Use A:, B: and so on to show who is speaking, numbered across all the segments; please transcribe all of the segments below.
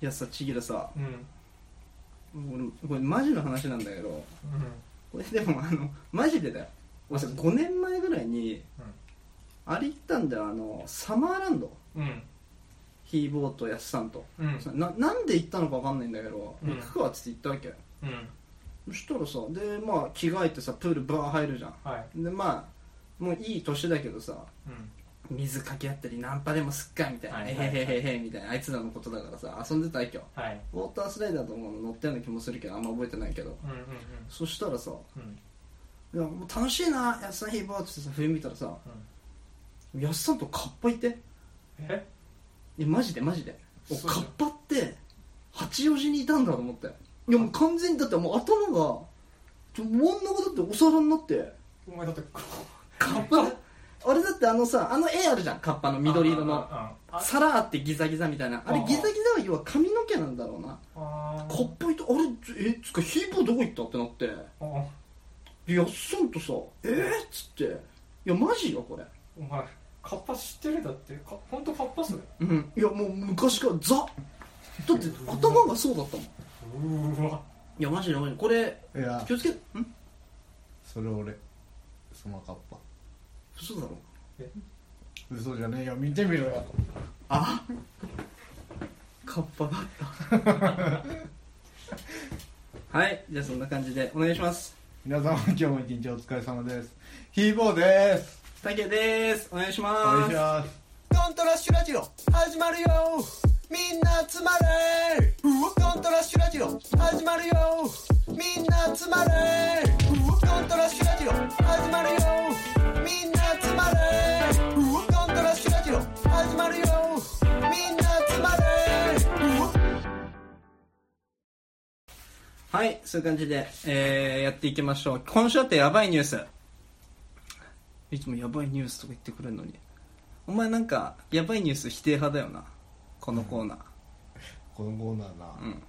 A: やさちぎらさ
B: うん
A: 俺これマジの話なんだけどこれでもあのマジでだよ俺さ
B: マジ
A: 5年前ぐらいに、
B: うん
A: あれ行ったんだよあのサマーランド
B: うん
A: ヒーボーとやっさんと、
B: うんうん
A: ななんで行ったのか分かんないんだけど、
B: うん
A: 行くかっつって行ったわけ
B: うん
A: そしたらさでまあ着替えてさプールバー入るじゃ
B: はい
A: んでまあもういい年だけどさ
B: うん
A: 水かけ合ったりナンパでもすっかみたいな、
B: はい
A: え
B: はいはい
A: へへへへみたいなあいつらのことだからさ遊んでたわけよ
B: はい
A: ウォータースライダーとかも乗ったような気もするけどあんま覚えてないけど
B: うんうん
A: そしたらさ
B: うん
A: いやもう楽しいなやっさんヒーボーってさ冬見たらさやっさんとカッパいて
B: うんえ
A: えマジでマジでお
B: そう
A: カ
B: じゃ
A: ッ
B: ん
A: パって八王子にいたんだと思っていやもう完全にだってもう頭がちょ真ん中だってお皿になって
B: お前だってこ
A: カッパ俺だってあのさあの絵あるじゃんカッパの
B: う
A: 緑色の
B: ああああ
A: 皿あってギザギザみたいなあれ
B: ああ
A: ギザギザは要は髪の毛なんだろうな
B: あ
A: カッパいたあれえつかヒーボーどこ行ったってなって
B: あ
A: でやっさんとさえー、っつっていやマジよこれ
B: お前カッパ知ってるだってか本当カッパっすね
A: うんいやもう昔からザだって頭がそうだったもんいう
B: ーわ
A: やマジでマジでこれ
C: いや
A: 気をつけん
C: それ俺そのカッパ
A: 嘘だろ
C: 嘘じゃねえよ見てみろよ
A: あ カッパだった はいじゃあそんな感じでお願いします
C: 皆様今日も一日お疲れ様ですヒーボーです
A: たけですお願いし
C: お願
A: ま
C: い
A: す
C: します
D: ドントラッシュラジオ始まるよみんな集まれドントラッシュラジオ始まるよみんな集まれドントラッシュラジオ始まるよみんな集まれドントラッシュラジオ始まるよみんな集まれ
A: はいそういう感じで、えーやっていきましょう今週あってやばいニュースいつもやばいニュースとか言ってくれるのにお前なんかやばいニュース否定派だよなこのコーナー
C: このコーナーな、
A: うん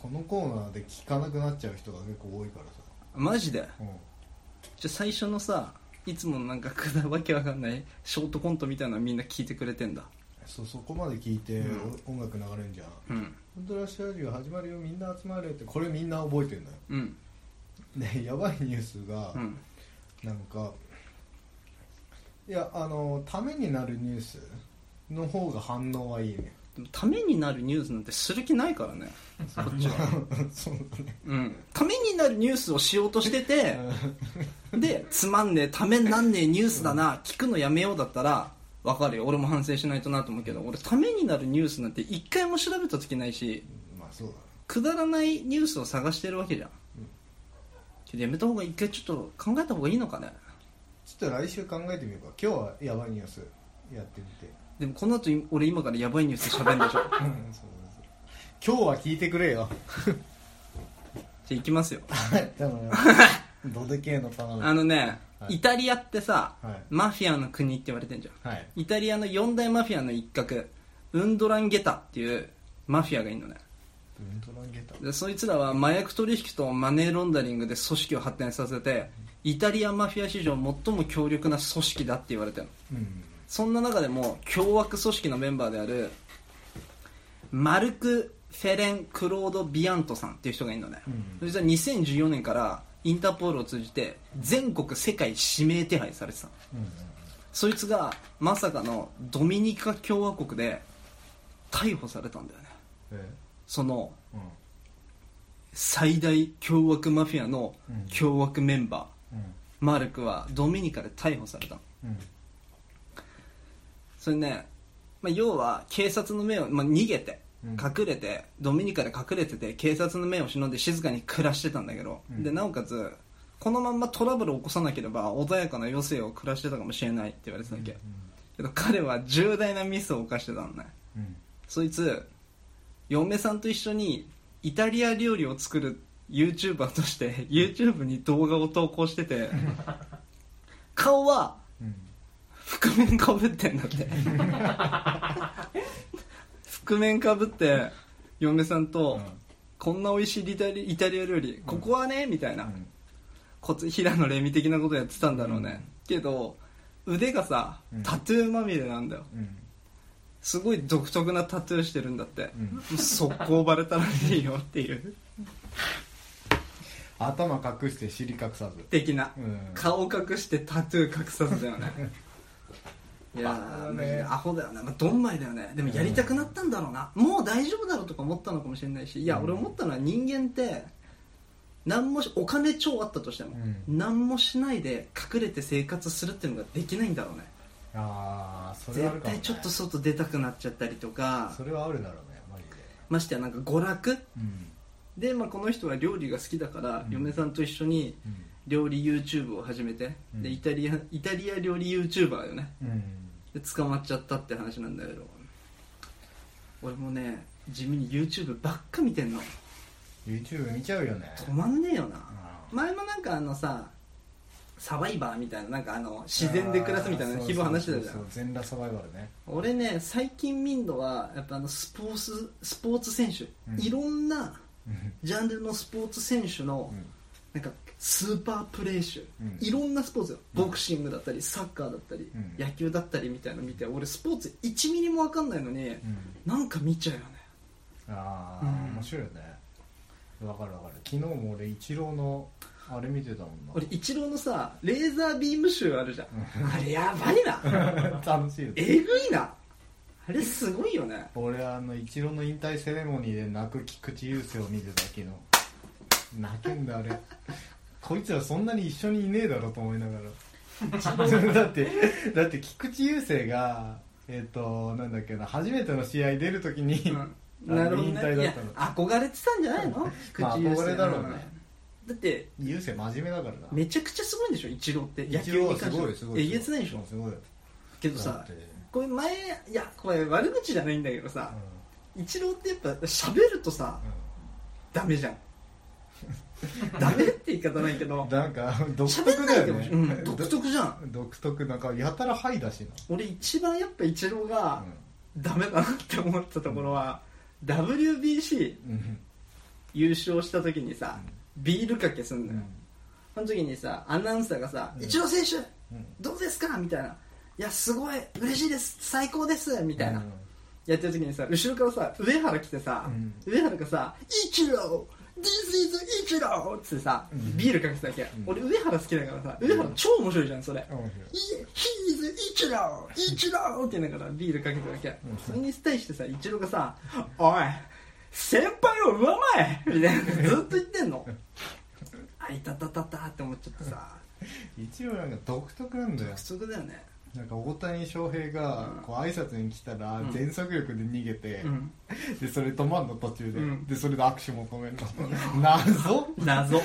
C: このコーナーで聞かなくなっちゃう人が結構多いからさ、
A: マジで
C: うん、
A: じゃあ最初のさいつものなんかくだわけわかんないショートコントみたいなのみんな聞いてくれてんだ
C: そそこまで聞いて、お音楽流れんじゃん
A: うん
C: 「本当ラッシュラジオ始まるよみんな集まれ」ってこれみんな覚えてんのよ
A: うん
C: でやばいニュースが、
A: うん
C: なんかいやあのためになるニュースの方が反応はいいね
A: でもためになるニュースなんてする気ないからねこっちは、
C: そうだね
A: うん、ためになるニュースをしようとしててでつまんねえためになんねえニュースだな聞くのやめようだったらわかるよ俺も反省しないとなと思うけど俺ためになるニュースなんて一回も調べた時ないし
C: まあそうだね
A: くだらないニュースを探してるわけじゃん
C: うん
A: ちょっとやめた方が一回ちょっと考えた方がいいのかね
C: ちょっと来週考えてみようか今日はやばいニュースやってみて
A: でもこの後い俺今からやばいニュース喋る んでしょ
C: うんそうだね今日は聞いてくれ よ
A: じゃあ行きますよ
C: はい頼むよドデケーの頼む
A: あのね、
C: はい
A: イタリアってさ、
C: はい
A: マフィアの国って言われてんじゃん
C: はい
A: イタリアの四大マフィアの一角ウンドランゲタっていうマフィアがいるのね
C: ウントランゲタ
A: でそいつらは麻薬取引とマネーロンダリングで組織を発展させてイタリアマフィア史上最も強力な組織だって言われてるの
C: うん
A: そんな中でも凶悪組織のメンバーであるマルク・フェレン・クロード・ビアントさんっていう人がいるのね、
C: う
A: それ実は2014年からインターポールを通じて全国世界指名手配されてたの
C: うん
A: そいつがまさかのドミニカ共和国で逮捕されたんだよね
C: え
A: その
C: うん
A: 最大凶悪マフィアの
C: うん
A: 凶悪メンバ
C: うん
A: ーマルクはドミニカで逮捕されたの
C: うん
A: それね、まあ、要は警察の目を、まあ、逃げて
C: うん
A: 隠れて、ドミニカで隠れてて警察の目を忍んで静かに暮らしてたんだけど、
C: うん
A: でなおかつこのまんまトラブルを起こさなければ穏やかな余生を暮らしてたかもしれないって言われてたわけ、けど彼は重大なミスを犯してたのね
C: うん
A: そいつ嫁さんと一緒にイタリア料理を作る YouTuber として YouTube に動画を投稿して て顔は
C: うん
A: 覆面かぶってんだって覆面かぶって嫁さんと、こんな美味しいイタリイタリア料理、ここはねみたいな、
C: うん
A: こつ平野レミ的なことやってたんだろうね、けど腕がさ
C: うん
A: タトゥーまみれなんだよ、
C: うん
A: すごい独特なタトゥーしてるんだって、
C: うん
A: 速攻バレたらいいよっていう
C: 頭隠して尻隠さず
A: 的な、
C: うん
A: 顔隠してタトゥー隠さずだよね いやー
C: あー
A: マジで
C: ね
A: アホだよね、まあ、ドンマイだよねでもやりたくなったんだろうな、もう大丈夫だろうとか思ったのかもしれないしいや俺思ったのは人間って何もしお金超あったとしても、
C: うん
A: 何もしないで隠れて生活するっていうのができないんだろうね
C: ああそれ
A: 絶
C: はあるかも、
A: 対
C: ね、
A: ちょっと外出たくなっちゃったりとか
C: それはあるだろうねマジで
A: ましてやなんか娯楽
C: うん
A: で、まあ、この人は料理が好きだから、
C: うん
A: 嫁さんと一緒に料理 YouTube を始めて、
C: うん
A: でイタリアイタリア料理 YouTuber よね
C: うん、うん、
A: で捕まっちゃったって話なんだけど俺もね地味に YouTube ばっか見てんの
C: YouTube 見ちゃうよね
A: 止まんねえよな
C: うん
A: 前もなんかあのさサバイバーみたいななんかあの自然で暮らすみたいな日々話してたじゃ
C: そうそ
A: ん
C: うそう全裸サバイバルね
A: 俺ね最近見んのはやっぱあのスポーツスポーツ選手、
C: うん
A: いろんな
C: うん
A: ジャンルのスポーツ選手の、なんかスーパープレー集、
C: うん
A: いろんなスポーツよボクシングだったりサッカーだったり、
C: うん
A: 野球だったりみたいなの見て俺スポーツ1ミリも分かんないのに、
C: うん
A: なんか見ちゃうよね
C: あ
A: う
C: あ、
A: ん
C: 面白いよねわかるわかる昨日も俺イチローのあれ見てたもんな
A: 俺イチローのさレーザービーム集あるじゃん、あれやばいな
C: 楽しいよ
A: えぐいなあれすごいよね
C: 俺あのイチローの引退セレモニーで泣く菊池雄星を見てた昨日泣けんだあれこいつらそんなに一緒にいねえだろと思いながら だってだって菊池雄星がえっ、となんだっけな初めての試合出るときに、
A: うんなるほどね
C: 引退
A: い
C: だ
A: や
C: ったの
A: 憧れてたんじゃないの
C: まあ
A: 口優勢
C: 憧れだろうね
A: だって
C: 雄星真面目だからな
A: めちゃくちゃすごいんでしょイチローって野
C: イチ
A: 球
C: ロー
A: に
C: はす
A: 関して
C: ごいすごい
A: えげつないでしょ
C: すごいよ
A: けどさ
C: だって
A: これ前いやこれ悪口じゃないんだけどさ、イチローってやっぱ喋るとさダメじゃ んダメって言い方ないけ
C: う
A: ど
C: んなんか 独
A: 喋ん
C: 特
A: な
C: だ
A: いで
C: よ
A: も、
C: ね、
A: うん、独特じゃん
C: 独特なんかやたらハイだし
A: 俺一番やっぱイチロー
C: な、
A: がダメだなって思ったところは、WBC
C: うんうん
A: 優勝した時にさビールかけすんの
C: う
A: よ、
C: ん
A: その時にさアナウンサーがさ「
C: うん
A: イチロー選手
C: うん
A: どうですか?」みたいな「いやすごい嬉しいです最高です」みたいな、
C: うん
A: やってる時にさ後ろからさ上原来てさ、
C: うん
A: 上原がさ「イチロー This is イチロー!」っつってさ、
C: うん
A: ビールかけてたわけ、
C: ん
A: 俺上原好きだからさ上原超面白いじゃんそれ「
C: 面白い
A: いえ He is イチローイチロー!」って言いながらビールかけてたわけ、
C: ん
A: それに対してさイチローがさ「おい先輩を上前!」みたいなずっと言ってんのあいたたたたって思っちゃってさ
C: 一応なんか独特なんだよ
A: 不足だよね
C: なんか大谷翔平が
A: うん
C: こう挨拶に来たら
A: うん
C: 全速力で逃げて、
A: うん
C: でそれ止まんの途中で、
A: うん
C: でそれで握手求めるの 謎
A: 謎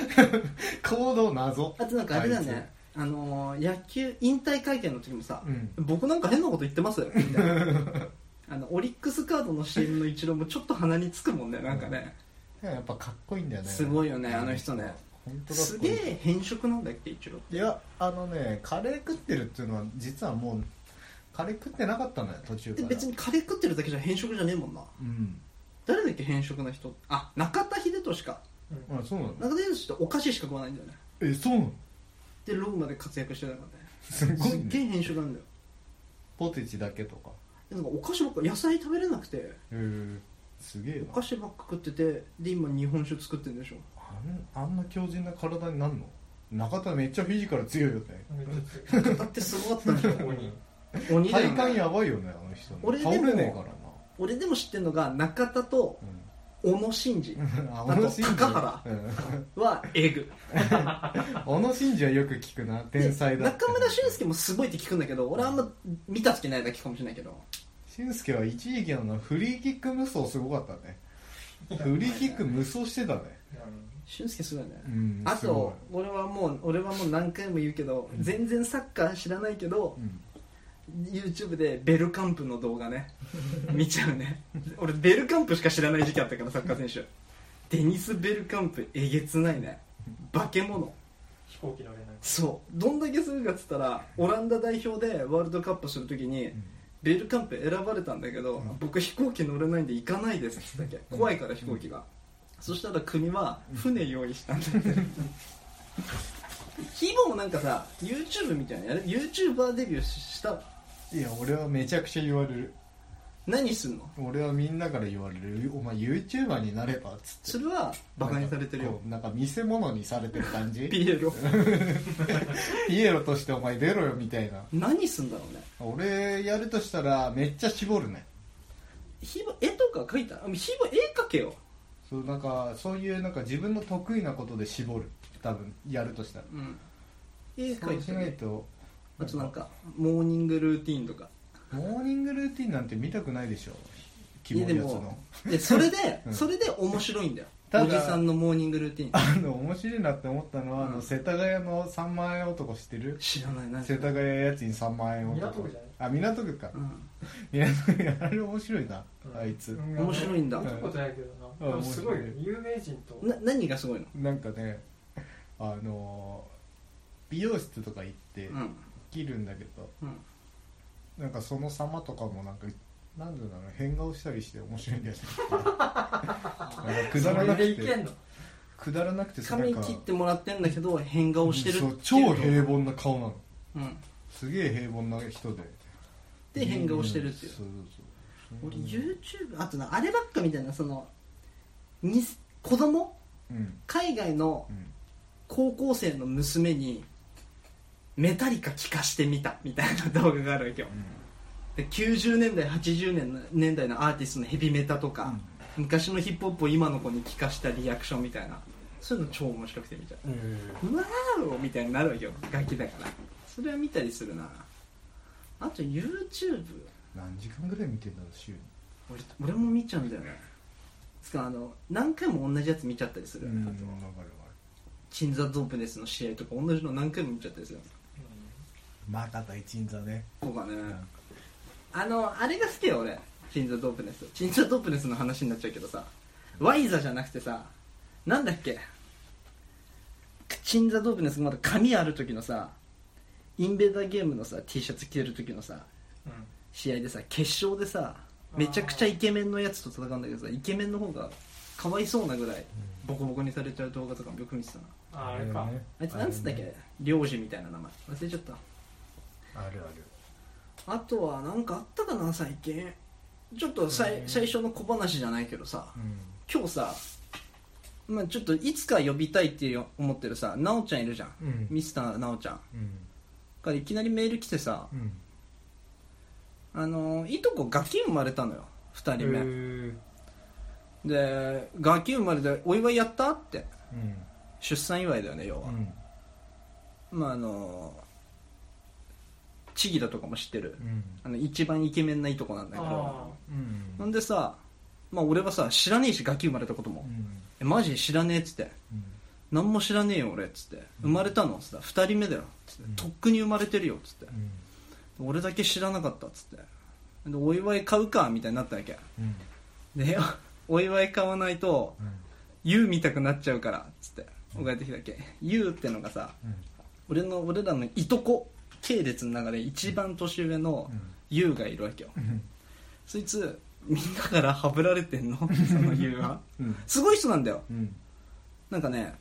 C: 行動謎
A: あとなんかあれだよね、あのー野球引退会見の時もさ、
C: うん
A: 僕なんか変なこと言ってますよみたいなあのオリックスカードの CM の一郎もちょっと鼻につくもんねなんかね、
C: あいつやっぱかっこいいんだよね
A: すごいよねあの人ね
C: 本当だ
A: すげえ変色なんだっけ一郎
C: いやあのねカレー食ってるっていうのは実はもうカレー食ってなかったんだよ途中か
A: で
C: ら
A: 別にカレー食ってるだけじゃ変色じゃねえもんな
C: うん
A: 誰だっけ変色な人あ中田秀俊か
C: あそうなの
A: 中田秀俊ってお菓子しか食わないんだよね
C: えそうなの
A: でローマで活躍してたからね
C: すご
A: す
C: い、
A: っげ
C: ね、
A: え変色なんだよ
C: ポテチだけとか
A: でなんかお菓子ばっか野菜食べれなくて
C: へえすげえ
A: お
C: な
A: 菓子ばっか食っててで今日本酒作ってるんでしょ
C: あんあんな強靭な体になんの中田めっちゃフィジカル強いよね
B: めっち
A: 中田ってすごかったでしょ
B: ゃ鬼
A: 鬼だよ
C: 体
A: ね
C: 幹やばいよねあの人
A: 俺でも
C: 倒れねえからな
A: 俺でも知ってるのが中田と小野伸二
C: うん
A: あと高原はエグ
C: 小野伸二はよく聞くな天才
A: で
C: だ
A: 中村俊輔もすごいって聞くんだけど俺あんま見た時ないだけかもしれないけど
C: 俊輔は一時期あのフリーキック無双すごかったねフリーキック無双してたね
A: 俊輔すごいね、
C: うん
A: あ
C: すご
A: と俺はもう俺はもう何回も言うけど全然サッカー知らないけど
C: い、うん、
A: YouTube でベルカンプの動画ね 見ちゃうね俺ベルカンプしか知らない時期あったからサッカー選手デニス・ベルカンプえげつないね化け物
B: 飛行機乗れない
A: そうどんだけするかっつったらオランダ代表でワールドカップするときにベルカンプ選ばれたんだけど、
C: うん
A: 僕飛行機乗れないんで行かないですっつったっけ
C: うん
A: 怖いから飛行機が、そしたら国は船用意したんだってヒボもなんかさ YouTube みたいなやる YouTuber デビューした
C: いや俺はめちゃくちゃ言われる
A: 何すんの
C: 俺はみんなから言われる「お前 YouTuber になれば」っつって
A: それはバカにされてるよ
C: こうなんか見せ物にされてる感 じ
A: ピエロ
C: ピエロとしてお前出ろよみたいな
A: 何すんだろうね
C: 俺やるとしたらめっちゃ絞るね
A: ひば絵とか描いたあひば絵描けよ
C: そうなんかそういうなんか自分の得意なことで絞る多分やるとしたら
A: うん絵
C: そ
A: 描
C: う
A: い
C: したない
A: り
C: と
A: あとなんかモーニングルーティンとか
C: モーニングルーティンなんて見たくないでしょキモいやつ
A: いやで
C: の
A: もでそれで、
C: うん
A: それで面白いんだよ
C: ただ
A: おじさんのモーニングルーティン
C: あの面白いなって思ったのは、あ
A: う
C: の
A: ん
C: 世田谷の3万円男知ってる
A: 知らないな
C: 世田谷家賃3万円男
B: 港区じゃない
C: あ港区か
A: うん、
C: 港区あれ面白いな、
B: うん
C: あいつ、
A: 面白いんだ
B: 見たことないけどな、
C: うん
B: でもすごいよ
C: 面
B: 有名人と
A: な何がすごいの
C: なんかねあの美容室とか行って
A: うん
C: 切るんだけど、
A: うん
C: なんかその様とかもなんかなんでだろう変顔したりして面白いんだよ ねなんかくだらな
B: それ
C: く
B: でいけ
C: て
B: んの
C: くだらなくて
A: 髪切ってもらってんだけど変顔してるって
C: そ
A: いうう
C: 超平凡な顔なの
A: うん
C: すげえ平凡な人で
A: で変顔してるっていう
C: そうそうそう
A: 俺 YouTube あとなあればっかみたいなそのに子供
C: うん
A: 海外の
C: うん
A: 高校生の娘にメタリカ聞かしてみたみたいな動画があるわけよで90年代80年の年代のアーティストのヘビメタとか、昔のヒップホップを今の子に聞かしたリアクションみたいなそういうの超面白くて見ちゃ
C: うんうん
A: ううわーおみたいになるわけよ楽器だからそれは見たりするなあと YouTube
C: 何時間ぐらい見てんだろう週に
A: 俺俺も見ちゃうんだよねつかあの何回も同じやつ見ちゃったりする、
C: うん
A: あ
C: わ
A: と
C: かるわかる
A: チンザ・ドープネスの試合とか同じの何回も見ちゃったりする
C: また大鎮座ね
A: こうかねあのあれが好きよ俺チンザ・ドープネスチンザ・ドープネスの話になっちゃうけどさワイザじゃなくてさなんだっけチンザ・ドープネスがまだ髪ある時のさインベーダーゲームのさ T シャツ着てる時のさ
B: うん
A: 試合でさ決勝でさめちゃくちゃイケメンのやつと戦うんだけどさイケメンの方がかわいそうなぐらいボコボコにされちゃう動画とかもよく見てたな
B: ああれか、
A: あいつなんつったっけ領事みたいな名前忘れちゃった
C: あるある
A: あとは何かあったかな最近ちょっとさい最初の小話じゃないけどさ
C: う
A: 今日さ、まあ、ちょっといつか呼びたいっていう思ってるさなおちゃんいるじゃん、
C: うん
A: ミスターなおちゃん
C: ん
A: からいきなりメール来てさ、
C: うん
A: あのーいとこガキ生まれたのよ2人目、
C: うん
A: でガキ生まれでお祝いやったって
C: うん
A: 出産祝いだよね要
C: う
A: は、
C: ん
A: まああのーチギだとかも知ってる、
C: うん
A: あの一番イケメンないとこなんだけど
B: あ
C: うん
A: ほんでさ、まあ、俺はさ知らねえしガキ生まれたことも、
C: うん
A: えマジ知らねえっつって何も知らねえよ俺っつって生まれたのっつって2人目だよっつって、
C: うん
A: とっくに生まれてるよっつって
C: うん
A: 俺だけ知らなかったっつってでお祝い買うかみたいになったわけ
C: うん
A: でお祝い買わないと
C: うん
A: 「YOU 見たくなっちゃうから」っつって送ってきたわけ「YOU」ってのがさ俺の俺らのいとこ系列の中で一番年上の
C: うん
A: YOU がいるわけよ
C: うん
A: そいつみんなからハブられてんの その YOU は
C: うん
A: すごい人なんだよ
C: うん
A: なんかね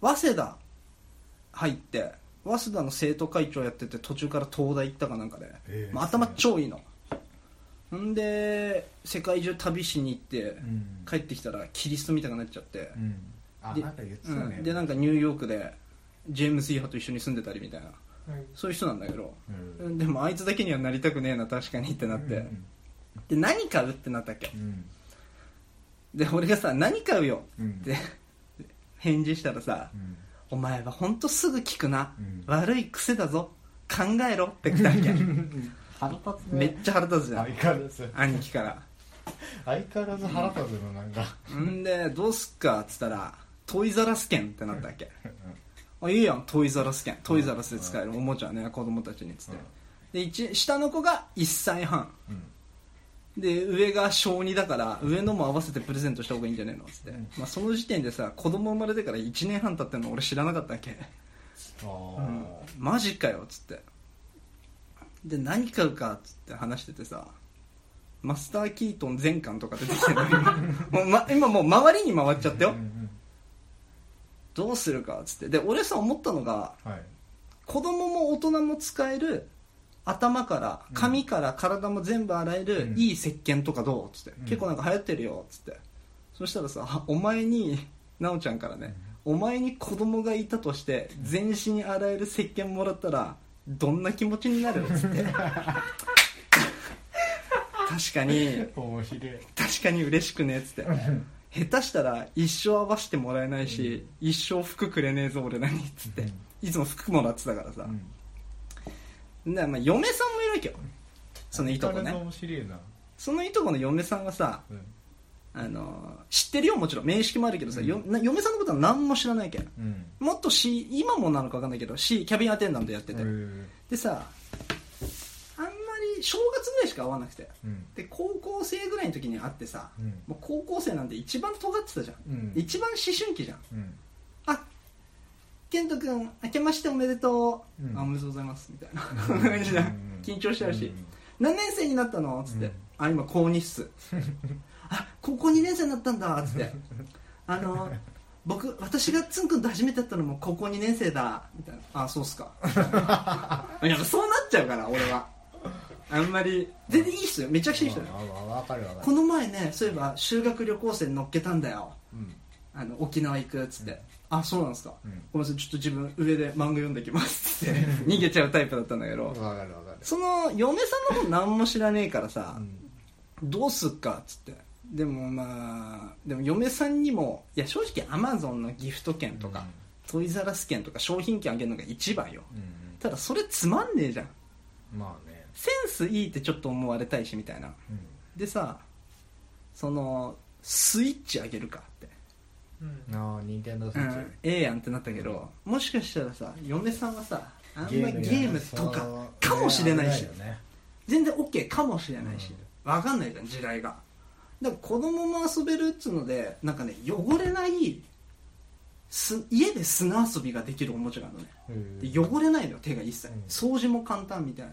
A: わ早稲田入って早稲田の生徒会長やってて途中から東大行ったかなんかで、
C: ええ
A: まあ、頭超いいのんで世界中旅しに行って
C: うん
A: 帰ってきたらキリストみたくなっちゃって
C: う、んあ
A: で
C: なんか言って
A: う
C: た
A: ん
C: ね
A: でなんかニューヨークでジェームズ・イーハと一緒に住んでたりみたいな
B: あ、うん
A: そういう人なんだけど
C: うん
A: でもあいつだけにはなりたくねえな確かにってなって、で何買うってなったっけ
C: うん
A: で俺がさ何買うよ
C: うん
A: って 返事したらさ、
C: うん
A: お前は本当すぐ聞くな、
C: うん
A: 悪い癖だぞ考えろって来たわけ
C: 腹立つ
A: めっちゃ腹立つじゃ
C: 相
A: ん
C: 変わらず
A: 兄貴から
C: 相変わらず腹立つのなんか
A: んでどうすっかっつったらトイザラス券ってなったわけあいいやんトイザラス券トイザラスで使えるおもちゃね子供たちにっつって
C: うん
A: で一下の子が1歳半
C: うん
A: で上が小2だから上のも合わせてプレゼントした方がいいんじゃねえのっつって、
C: うん
A: まあ、その時点でさ子供生まれてから1年半経ってるの俺知らなかったわけ
C: あ
A: うん
C: ー
A: マジかよっつってで何買うかっつって話しててさマスター・キートン全巻とか出てきてるもう、ま、今もう周りに回っちゃったよ
C: うんうん
A: どうするかっつってで俺さ思ったのが
C: はい
A: 子供も大人も使える頭から髪から体も全部洗える、
C: うん
A: いい石鹸とかどうっつって、
C: ん
A: 結構なんか流行ってるよっつってそしたらさお前に奈緒ちゃんからね、お前に子供がいたとして全身洗える石鹸もらったらどんな気持ちになるっつって 確かに
C: 面白い
A: 確かに嬉しくねっつって下手したら一生合わせてもらえないし、一生服くれねえぞ俺何っつって、
C: うん
A: いつも服もらってたからさ、
C: うん
A: でまあ、嫁さんもいるわけよそのいとこ
C: 相変わらず
A: ね
C: 面白いな
A: そのいとこの嫁さんがさ
C: うん
A: あの知ってるよもちろん面識もあるけどさ、
C: うん
A: よな嫁さんのことは何も知らないけん
C: うん
A: もっとし今もなのか分かんないけどしキャビンアテンダントやってて、
C: うん
A: でさあんまり正月ぐらいしか会わなくて
C: うん
A: で高校生ぐらいの時に会ってさ、
C: うん
A: もう高校生なんて一番尖ってたじゃん、
C: うん
A: 一番思春期じゃん
C: うん
A: あ健人君明けましておめでとう、
C: うん
A: あおめでとうございますみたいな 感じだ
C: うん
A: 緊張しちゃうし、
C: ん
A: 何年生になったの?」っつって「
C: うん
A: あ今高2っす」あ高校2年生になったんだ」っつって「あの僕私がつんくんと初めて会ったのも高校2年生だ」みたいな「あそうっすか」いやそうなっちゃうから俺はあんまり全然いい人よめちゃくちゃいい人よ
C: ああわかるわかる
A: この前ねそういえば修学旅行生に乗っけたんだよ
C: うん
A: あの沖縄行くっつって、
C: うん
A: あそうなんですか、
C: うん
A: ごめんなさいちょっと自分上で漫画読んできますっ つって逃げちゃうタイプだったんだけど、
C: わかるわかる
A: その嫁さんのこと何も知らねえからさ、
C: うん
A: どうすっかっつってでもまあでも嫁さんにもいや正直アマゾンのギフト券とか、トイザらス券とか商品券あげるのが一番よ
C: うんうん
A: ただそれつまんねえじゃん
C: まあね
A: センスいいってちょっと思われたいしみたいな
C: うん
A: でさそのスイッチあげるかって
B: うん
C: ああ任天堂ス
A: う
C: イ
A: ん
C: ッチ
A: ええやんってなったけどもしかしたらさ嫁さんはさあんまゲ
C: ゲームや
A: ームとかかもしれないし
C: そうね
A: 全然 OK かもしれないし、わかんないじゃん時代がでも子供も遊べるっつうのでなんかね汚れないす家で砂遊びができるおもちゃがあるのね
C: 危ないよね
A: で汚れないのよ手が一切、
C: うん
A: 掃除も簡単みたいな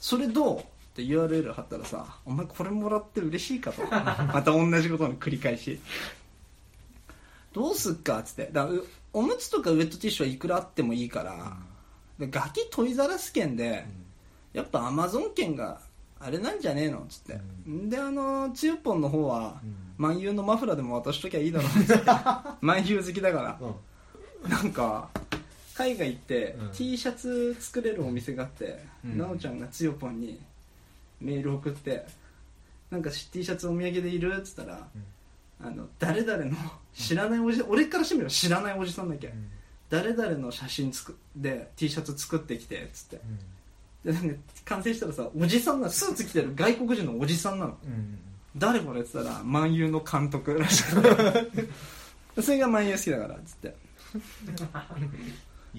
A: それどうって URL 貼ったらさ「お前これもらって嬉しいか」 とまた同じことの繰り返しどうすっかっつってだからうおむつとかウェットティッシュはいくらあってもいいから、でガキトイザらス券で、やっぱアマゾン券があれなんじゃねえのっつって、、
C: うん
A: であのつゆぽんの方は、
C: うん
A: 万有のマフラーでも渡しときゃいいだろうっつって 万有好きだから
C: うん
A: なんか海外行って、
C: うん
A: T シャツ作れるお店があって、
C: うん
A: なおちゃんがつよぽんにメール送って「なんか T シャツお土産でいる?」っつったら、あの誰々の知らないおじさん俺からしてみれば知らないおじさんだっけ、
C: うん
A: 誰々の写真つくで T シャツ作ってきてっつってでなんか完成したらさおじさんがスーツ着てる外国人のおじさんなの
C: うんうん
A: 誰これって言ったら万有の監督らしく てそれが万有好きだからっつって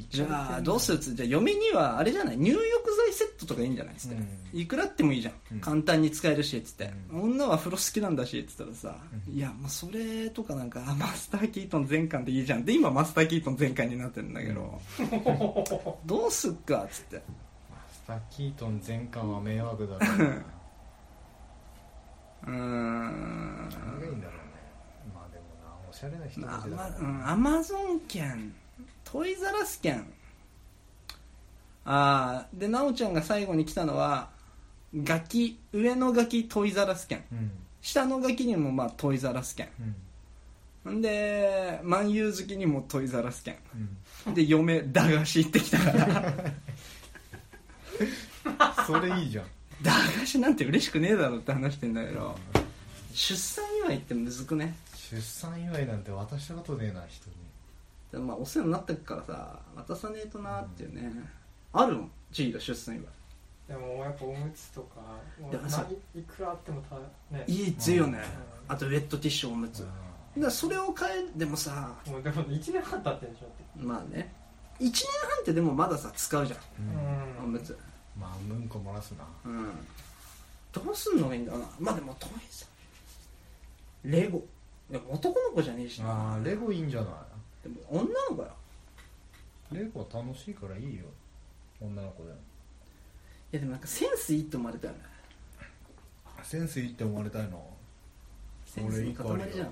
A: じゃあどうするっつってじゃあ嫁にはあれじゃない入浴剤セットとかいいんじゃないっつって、
C: うん
A: いくらあってもいいじゃん、
C: うん
A: 簡単に使えるしっつって、
C: う
A: 女は風呂好きなんだしっつったらさ、
C: うん
A: いやもうそれとかなんかあマスター・キートン全巻でいいじゃんで今マスター・キートン全巻になってるんだけど、どうすっかっつって
C: スタッキートン全巻は迷惑だからな
A: うーん
C: 何がいいんだろうねまあでもなおしゃれな人た
A: まあ
C: ちだか
A: ま
C: ら
A: あうんアマゾン券トイザラス券ああで奈緒ちゃんが最後に来たのはガキ上のガキトイザラス券
C: うん
A: 下のガキにもまあトイザラス券
C: うん
A: んで万有好きにもトイザラス券
C: うん
A: で嫁駄菓子行ってきたから
C: それいいじゃん
A: 駄菓子なんて嬉しくねえだろって話してんだけど出産祝いってむずくね
C: 出産祝いなんて渡したことねえな人に
A: でもまあお世話になってくからさ渡さねえとなっていうね、あるもん G が出産祝い
B: でもやっぱおむつとかもう
A: いや
B: まあ
A: そう
B: いいくらあってもたね
A: いい強いよね、
B: うん
A: あとウェットティッシュおむつ、だか
C: う
A: らそれを変えでもさ
B: もうでも1年半経ってるでしょって
A: まあね1年半ってでもまださ使うじゃん
B: うんん
A: おむつ
C: まあうんこ漏らすな
A: うんどうすんのがいいんだろうなまあでもとりあえずレゴでも男の子じゃねえしな
C: あーレゴいいんじゃない
A: でも女の子よ
C: レゴは楽しいからいいよ女の子でも
A: いやでもなんかセンスいいって思われたよね
C: センスいいって思われたいの
A: センスの塊じゃん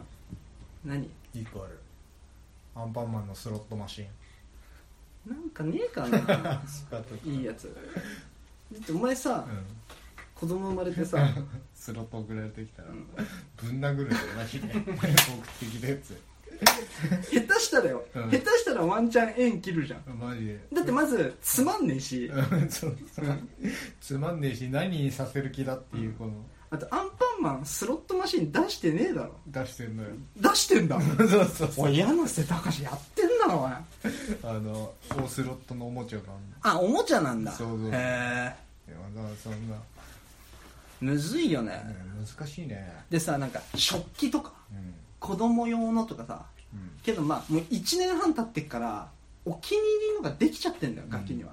A: 何
C: 一個あるアンパンマンのスロットマシン
A: なんかねえかな
C: 使った
A: いいやつってお前さ
C: うん
A: 子供生まれて さ
C: スロット送られてきたら
A: うん
C: ぶん殴るよマジで送ってきたやつ
A: 下手したらよ、
C: うん
A: 下手したらワンチャン縁切るじゃん
C: マジで
A: だってまずつまんねえし、
C: うん そうそうつまんねえし何にさせる気だっていうこの
A: あとアンパンマンスロットマシン出してねえだろ
C: 出してんのよ
A: 出してんだ
C: そうそうそ
A: お
C: う
A: い柳瀬隆やってんなおい
C: あの大スロットのおもちゃがあ
A: あ
C: んの
A: おもちゃなんだ
C: そうそう
A: へえ
C: いやだからそんな、ね、
A: むずいよね
C: 難しいね
A: でさなんか食器とか
C: うん
A: 子供用のとかさ
C: うん
A: けどまあもう1年半経ってっからお気に入りのができちゃってんだよ楽器には、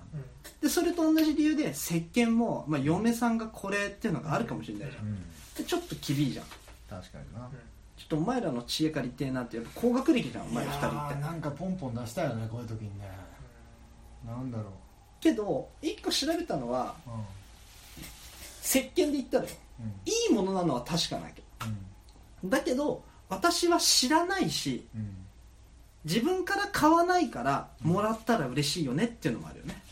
A: でそれと同じ理由で石鹸もまあ、嫁さんがこれっていうのがあるかもしれないじゃ
C: うんん
A: でちょっときびいじゃん
C: 確かにな、
A: ちょっとお前らの知恵借りてえなってやっぱ高学歴じゃんお
C: い
A: 前ら二
C: や
A: 人って
C: ーなんかポンポン出したよねこういう時にねなんだろ
A: けど一個調べたのは
C: うう
A: 石鹸で言ったらよ
C: んうん
A: いいものなのは確かなわけだけど私は知らないし
C: うんうん
A: 自分から買わないからもらったら嬉しいよねっていうのもあるよね、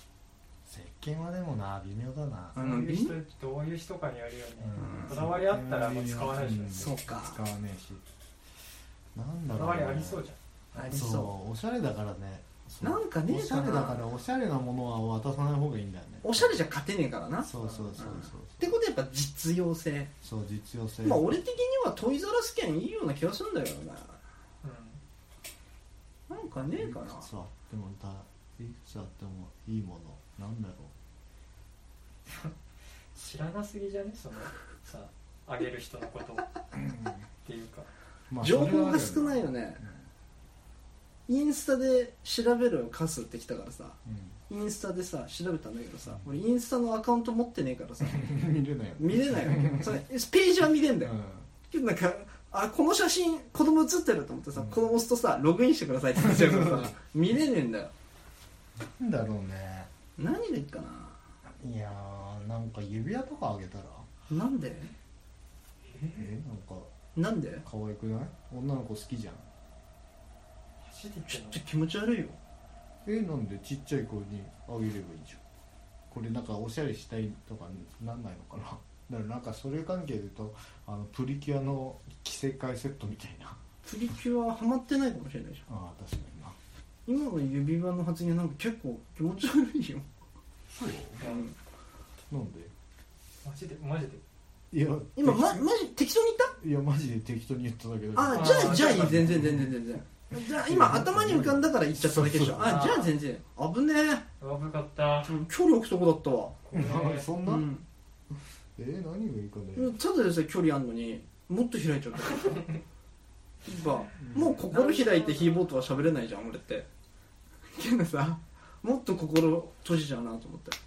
C: 石鹸はでもな微妙だな
A: あ
B: う
A: の
B: ん、どういう
A: 瓶
B: 人どういう人かによるよね、
C: う
B: こ
C: ん
B: だわりあったらもう使わないでしょ
C: ん
A: そうか
C: 使わねえしなんだ
B: こだ
C: ろう
B: わりありそうじ
A: あり
C: そう
A: そ
C: おしゃれだからねそう
A: なんかね
C: おしゃれ
A: だ
C: だ
A: から
C: からおしゃれなものは渡さない方がいいんだよね
A: うおしゃれじゃ勝てねえからなっ
C: そうそうそうそう
A: てことはやっぱ実用性
C: そう実用性
A: まあ俺的にはトイザらス券いいような気がするんだけどな
B: ゃん、
A: なんかねえか
C: い
A: な
C: くつあってもだいくつあってもいいものなんだろ
B: 知らなすぎじゃねそのさあげる人のことっていうか
C: う、まあ
A: 情報が少ないよ
C: ね
A: ねインスタで調べるカスってきたからさインスタでさ調べたんだけどさ俺インスタのアカウント持ってねえからさ
C: うん、 見れないよね
A: 見れないわけそれページは見れんだよ、
C: う
A: けどなんかあこの写真子供写ってると思ってさ、
C: うん
A: 子供押すとさログインしてくださいって言っちゃうからさ見れねえんだよ
C: んなんだろうね
A: 何がいいか
C: いやーなんか指輪とかあげたら
A: ななんで
C: えなんか
A: なんで
C: 可愛くない女の子好きじゃん
B: マジで言っ
A: ち
B: て
A: ょ
B: ん
A: っ
B: の
A: と気持ち悪いよ
C: えなんでちっちゃい子にあげればいいじゃんこれなんかおしゃれしたいとかなんない のかなだからなんかそれ関係で言うとあのプリキュアの着せ替えセットみたいな
A: プリキュアハマってないかもしれないじゃん
C: ああ確かにな
A: 今の指輪の発言なんか結構気持ち悪いよ、
C: そう
B: うん
C: なんで
B: マジでマジで
C: いや
A: 今ま
C: 適
A: マジ適当に言った
C: 当いやマジで適当に言っただけだ
A: あ
B: ー
A: じゃあ
B: あ
A: じゃあいい
B: じゃあ
A: 全然全然全然じゃあ今頭に浮かんだから言っちゃっただけでしょ
C: そう
B: そう
A: あじゃあ全然危ね
B: 危かった
A: え距離置くとこだったわ
B: これ
C: あそんな、
A: うん
C: えー、何がいいかね、
A: ただでさえ距離あんのにもっと開いちゃったやっぱもう心開いてヒーボートは喋れないじゃん俺ってけどさもっと心閉じちゃうなと思って
C: ちょ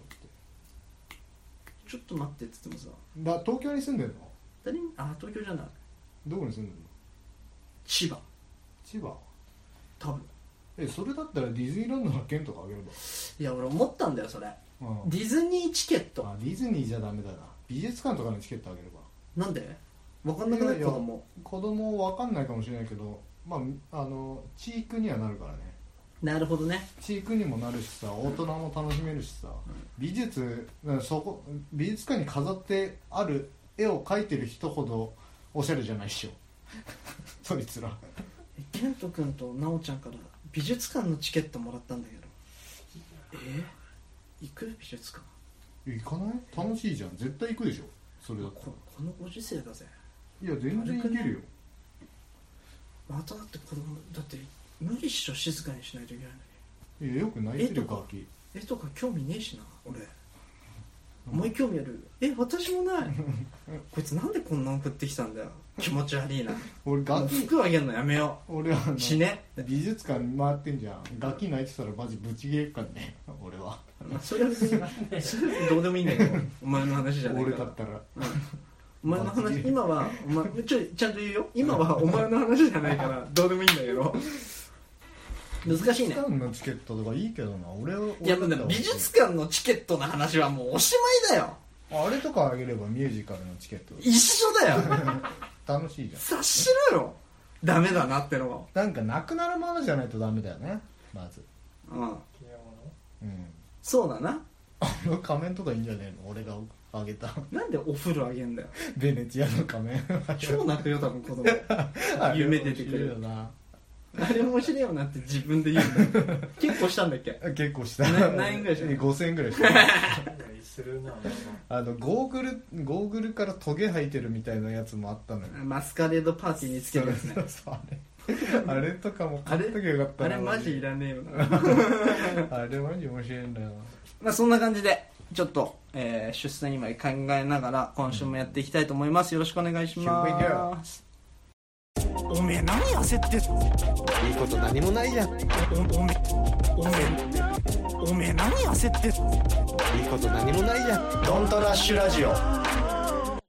C: っと
A: ちょっと待ってっつってもさ
C: 待ってだ東京に住んでんの
A: 誰にあ東京じゃない
C: どこに住んでんの
A: 千葉
C: 千葉
A: 多分
C: えそれだったらディズニーランドの券とかあげれ
A: いや俺思ったんだよそれ
C: ば、うん、
A: ディズニーチケット
C: あディズニーじゃダメだな美術館とかのチケットあげれば
A: なんで分かんなくない子
C: いやいや
A: 供
C: 子供わかんないかもしれないけどまああのチークにはなるからね
A: なるほどね
C: チークにもなるしさ大人も楽しめるしさ美術うんそこ美術館に飾ってある絵を描いてる人ほどおしゃれじゃないっ しょそいつら
A: え健人君と奈緒ちゃんから美術館のチケットもらったんだけどえ行く美術館
C: 行かない楽しいじゃん絶対行くでしょそれだったら
A: ここのご時世だぜ
C: いや全然行けるよ
A: まただって子供だって無理っしょ静かにしないといけないの
C: いやよく泣いてる
A: 絵とか
C: ガキ
A: に絵とか興味ねえしな俺
C: うん
A: お前興味あるえ私も ないこいつなんでこんなの送ってきたんだよ気持ち悪いな
C: 俺ガキ
A: 服あげんのやめよ
C: 俺はあの
A: う死ね
C: 美術館回ってんじゃんガキ泣いてたらマジブチ切れっかんね 俺は
A: まあそれは別にそれは別にどうでもいいんだけど お前の話じゃないか
C: 俺
A: ら
C: だったら
A: お前の話今はお前ちょちゃんと言うよ今はお前の話じゃないからどうでもいいんだけ ど難しい
C: 美
A: ね
C: 術館のチケットとかいいけどな俺はい
A: やもうね美術館のチケットの話はもうおしまいだよ
C: あれとかあげればミュージカルのチケット
A: 一緒だよ
C: 楽しいじゃん
A: 察しろよダメだなってのは
C: なんかなくなるものじゃないとダメだよねまず
A: うん
B: 消え物
C: うん
A: そうだな
C: あの仮面とかいいんじゃねえの俺があげた
A: なんでお風呂あげん だよ
C: ベネチアの仮面
A: 超泣くよ多分子供
C: あれ
A: 夢出てくる
C: 面白いよな
A: あれ面白いよなって自分で言うんだよ 結構したんだっけ
C: 結構した
A: な何円ぐらい した
C: 5000円ぐら いした
B: するな
C: あのゴーグルゴーグルからトゲ生えてるみたいなやつもあったのよ
A: マスカレードパーティーにつけるやつね
C: そう そうそうあれあれとかも買っときゃよかった
A: あ
C: な
A: れマジいらねえよな
C: あれマジ面白いんだよ
A: まあそんな感じでちょっと、えー、出産今考えながら今週もやっていきたいと思いますよろしくお願いします
E: おめえ何焦ってんの
D: いいこと何もないじゃんいい
E: おおめおめおめえ何焦ってんの
D: こと何もないじゃんドントラッシュラジオ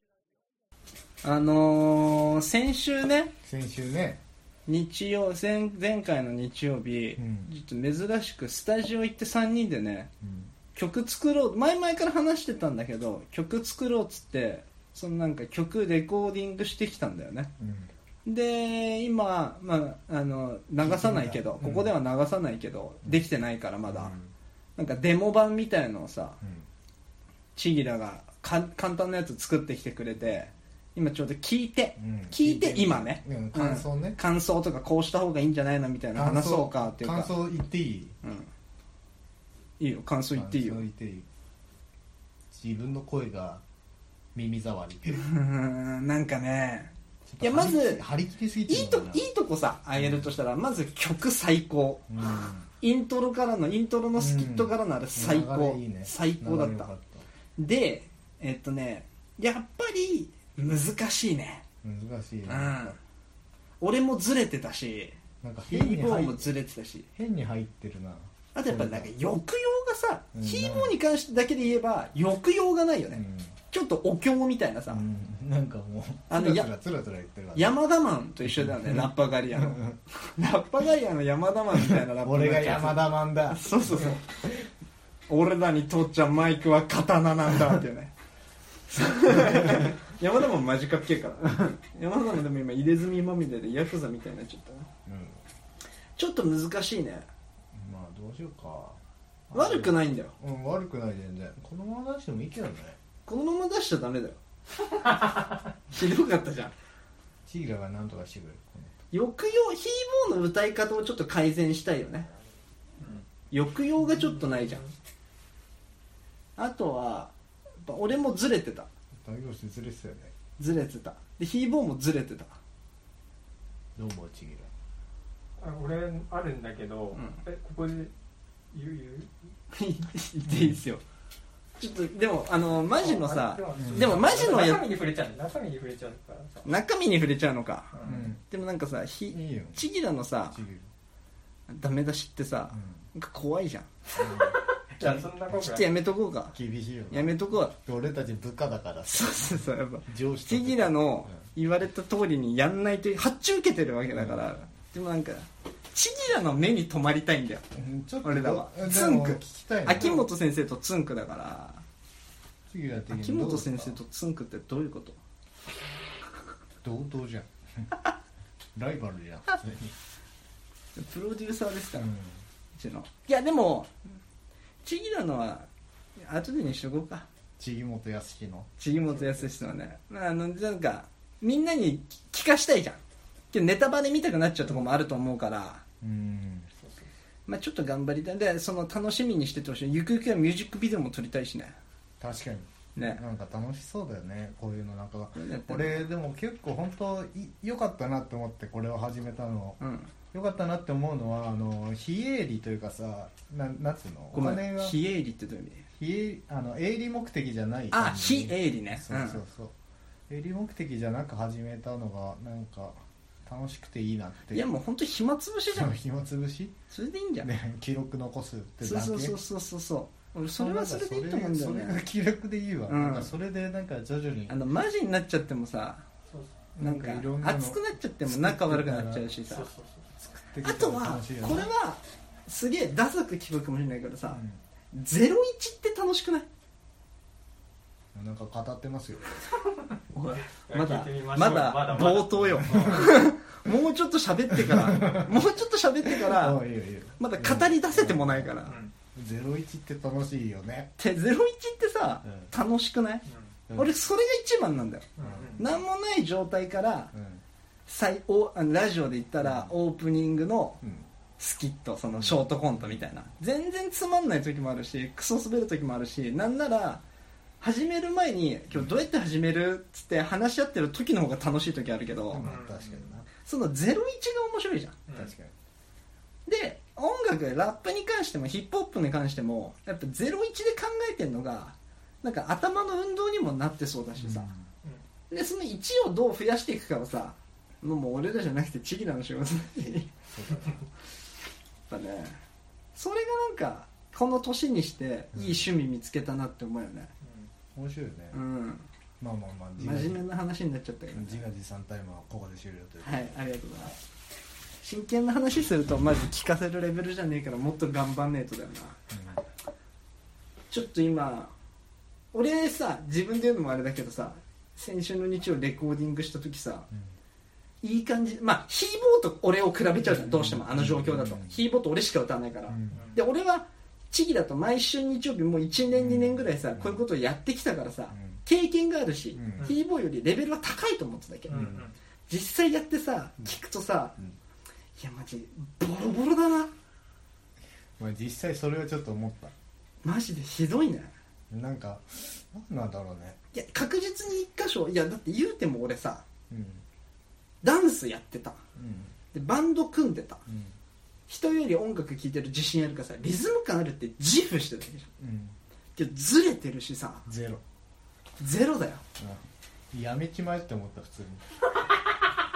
A: あのー、先週ね
C: 先週ね
A: 日曜前前回の日曜日、
C: うん
A: ちょっと珍しくスタジオ行って3人でね
C: うん
A: 曲作ろう前々から話してたんだけど曲作ろうっつってそのなんか曲レコーディングしてきたんだよね
C: うん
A: で今、まあ、あの流さないけど、
C: うん
A: ここでは流さないけど、
C: ん
A: できてないからま
C: う
A: だ、
C: ん
A: なんかデモ版みたいのをさ
C: うん
A: ちぎらがか簡単なやつ作ってきてくれて今ちょうど聞いて、
C: うん
A: 聞いて今ね、
C: うん感想ね
A: 感想とかこうした方がいいんじゃないのみたいな
C: 感
A: 話
C: 想
A: そうかっていうか
C: 感想言っていい
A: うん、いいよ感想言っていいよ
C: 感想言っていい自分の声が耳障り
A: うーん なんかねいやまず
C: 張り切りすぎて
A: いいと
C: るのかない
A: いとこさあげるとしたら、まず曲最高イントロからのイントロのスキットからのあれ最高、
C: 流れいいね
A: 最高だっ
C: 流れ
A: た
C: 良か
A: でえっとねやっぱり難しいね
C: 難しいね
A: うん俺もずれてたし
C: なんか
A: ヒ
C: 変に
A: ーボー
C: 入
A: も
C: っ
A: ずれてたし
C: 変に入ってるな
A: あとやっぱなんか抑揚がさ
C: うん
A: ヒーボーに関してだけで言えば抑揚がないよね、ちょっとお経みたいなさ、
C: うんなんかもう
A: あの
C: つ
A: や
C: らつらつらつら言ってるから
A: 山田マンと一緒だよねラッパガリアのラッパガリアの山田マンみたいなラッパ
C: 俺
A: にな
C: が
A: っちゃう
C: 山田マンだ
A: そうそうそう俺らにとっちゃマイクは刀なんだっていう ね山田もマジかっけえから山田もでも今入れ墨まみれでヤクザみたいになっちゃったね
C: うん
A: ちょっと難しいね
C: まあどうしようか
A: 悪くないんだよ
C: うん悪くない全然このまま出してもいいけどね
A: このまま出しちゃダメ だよひどかったじゃん
C: チーラがなんとかしてくれるこの
A: 抑揚ヒーボーの歌い方をちょっと改善したいよね抑揚がちょっとないじゃんあとはやっぱ俺もずれてた
C: 大行失礼っすよね
A: ずれてたでヒーボーもずれてた
C: どうもちぎら
B: あ俺あるんだけど、
A: ん
B: えここで言う言う
A: 言って いいですよちょっとでもあのマジのさ
B: あ
C: うん
A: でもマジのや
B: 中身に触れちゃう中身に触れちゃうからさ
A: 中身に触れちゃうのか
B: う
C: うんん
A: でもなんかさひ
C: いいよ
A: ちぎらのさ
C: ちぎ
A: ダメ出しってさ
C: ら
A: なんか怖いじゃん
B: じゃあそんなこと
A: ちょっとやめとこうか
C: 厳しいよな
A: やめとこう
C: 俺たち部下だから
A: そうそうそうやっぱ
C: 上司と
A: ちぎらの言われた通りにやんないという発注受けてるわけだからでもなんかちぎらの目に留まりたいんだよ
C: うんちょっと
A: 俺らは
C: でも
A: ツンク
C: 聞きたいな
A: 秋元先生とつんくだから
C: ちぎら的に
A: 秋
C: どう
A: 元
C: ですか
A: 先生とつんくってどういうこと
C: 同等 じゃんライバルじゃん普通に
A: プロデューサーですから、
C: うん
A: うちのいやでもちぎらのは後でにしとこうか
C: ちぎもとやすきの
A: ちぎもとやすしのはねまああのなんかみんなに聞かしたいじゃんけどネタバレ見たくなっちゃうとこもあると思うから
C: うん
A: まあちょっと頑張りたいでその楽しみにしててほしいゆくゆくはミュージックビデオも撮りたいしね
C: 確かに
A: ね
C: なんか楽しそうだよねこういうのなんか
A: やって
C: 俺でも結構本当い良かったなって思ってこれを始めたの
A: うん
C: 良かったなって思うのはあの非営利というかさななんつうの
A: ご
C: お
A: め
C: 金
A: ん
C: が
A: 非営利ってどういう意味
C: 非営利あの営利目的じゃない
A: あ非営利ね
C: そうそうそう、営利目的じゃなく始めたのがなんか楽しくていいなって
A: いやもう本当暇つぶしじ
C: そ
A: ゃ
C: の
A: ん
C: 暇つぶし
A: それでいいんじゃん、
C: で記録残すってだけ
A: そうそうそうそうそうそう俺それはそれでいいと思うんだよ
C: それが
A: ね
C: 気楽でいいわ、
A: うん
C: なんかそれでなんか徐々に
A: あのマジになっちゃってもさ
B: そう
A: なんか
C: いろんなの
A: 熱くなっちゃっても仲悪くなっちゃうし
B: そう
A: さ
B: そうそう
C: 作ってい
A: あ
C: く
A: と
C: のが
A: は
C: 楽しいよね
A: これはすげえダサく聞くかもしれないけどさ
C: う
A: 「ゼロ一って楽しくない
C: んなんか語ってますよ
A: おい
B: いや
A: まだ
B: 聞いてみま
A: ま
B: しょうまだ
A: だ
B: まだ
A: 冒頭よも うちょっと喋ってからもうちょっと喋ってか
C: あ
A: ら
C: あいいよいいよ
A: まだ語り出せてもないから
B: うん
C: ゼロイチって楽しいよね
A: てゼロイチってさ、楽しくない、
C: うん
A: 俺それが一番なんだよ、
B: うんうん
A: なん、もない状態から
C: うん
A: 最おあのラジオで言ったらオープニングの
C: うん
A: スキットそのショートコントみたいな全然つまんない時もあるしクソ滑る時もあるしなんなら始める前に今日どうやって始めるっつって話し合ってる時の方が楽しい時あるけど、
C: まあ確かにな
A: そのゼロイチが面白いじゃん
B: うん
C: 確かに
A: で音楽ラップに関してもヒップホップに関してもやっぱゼロイチで考えてるのがなんか頭の運動にもなってそうだしさ、でその1をどう増やしていくかをさもうもう俺らじゃなくてチギラの仕事だしやっぱねそれがなんかこの年にしていい趣味見つけたなって思うよね
C: 面白いよね
A: うん
C: まあまあまあ自画
A: 真
C: 自
A: 面目な話になっちゃったけどね
C: 自画自賛タイムはここで終了ということ
A: は
C: で
A: いありがとうございます真剣な話するとマジ聞かせるレベルじゃねえからもっと頑張んねえとだよなちょっと今俺さ自分で言うのもあれだけどさ先週の日曜レコーディングした時さ
C: うん
A: いい感じまあヒーボーと俺を比べちゃうじゃんどうしてもあの状況だと
C: うん
A: ヒーボーと俺しか歌わないから、
C: うん
A: で俺はチギだと毎週日曜日もう1年2年ぐらいさ
C: うん
A: こういうことをやってきたからさ
C: うん
A: 経験があるし、
C: うん
A: ヒーボーよりレベルは高いと思ってたけど、
B: うんうん
A: 実際やってさ聞くとさ、
C: うん
A: いやマジボロボロだな
C: まあ実際それはちょっと思った
A: マジでひどいね
C: なんかなんなんだろうね
A: いや確実に一箇所いやだって言うても俺さ
C: うん
A: ダンスやってた
C: うん
A: でバンド組んでた
C: うん
A: 人より音楽聴いてる自信あるからさリズム感あるって自負してたじゃん
C: うん
A: けどずれてるしさ
C: ゼロ
A: ゼロだよ
C: うんやめちまえって思った普通に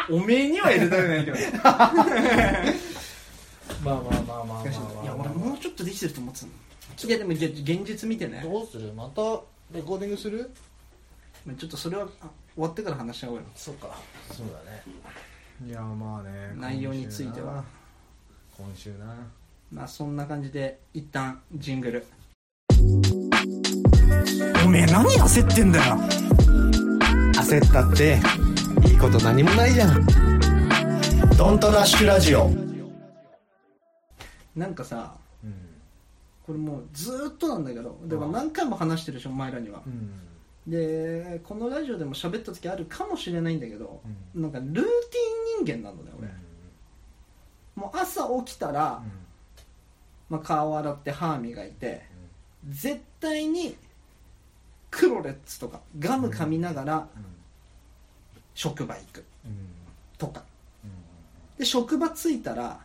A: おめえには入れたくないけど い
C: まあまあまあまあまあ
A: や俺もうちょっとできてると思ってたのいやでもじゃ現実見てね、
C: どうするまたレコーディングする
A: まあちょっとそれはあ終わってから話し合おうよ
C: そうかそうだねいやまあね
A: 内容については
C: 今週な
A: まあそんな感じで一旦ジングル
E: おめえ何焦ってんだよ
D: 焦ったっていいこと何もないじゃんドントラッシュラジオ
A: なんかさ
C: うん
A: これもうずーっとなんだけどだから何回も話してるでしょお前らには
C: う、ん
A: でこのラジオでも喋った時あるかもしれないんだけど、
C: う
A: なんかルーティン人間なのね俺、もう朝起きたら、まあ、顔洗って歯磨いて、絶対にクロレッツとかガム噛みながら職場行くとかで職場着いたら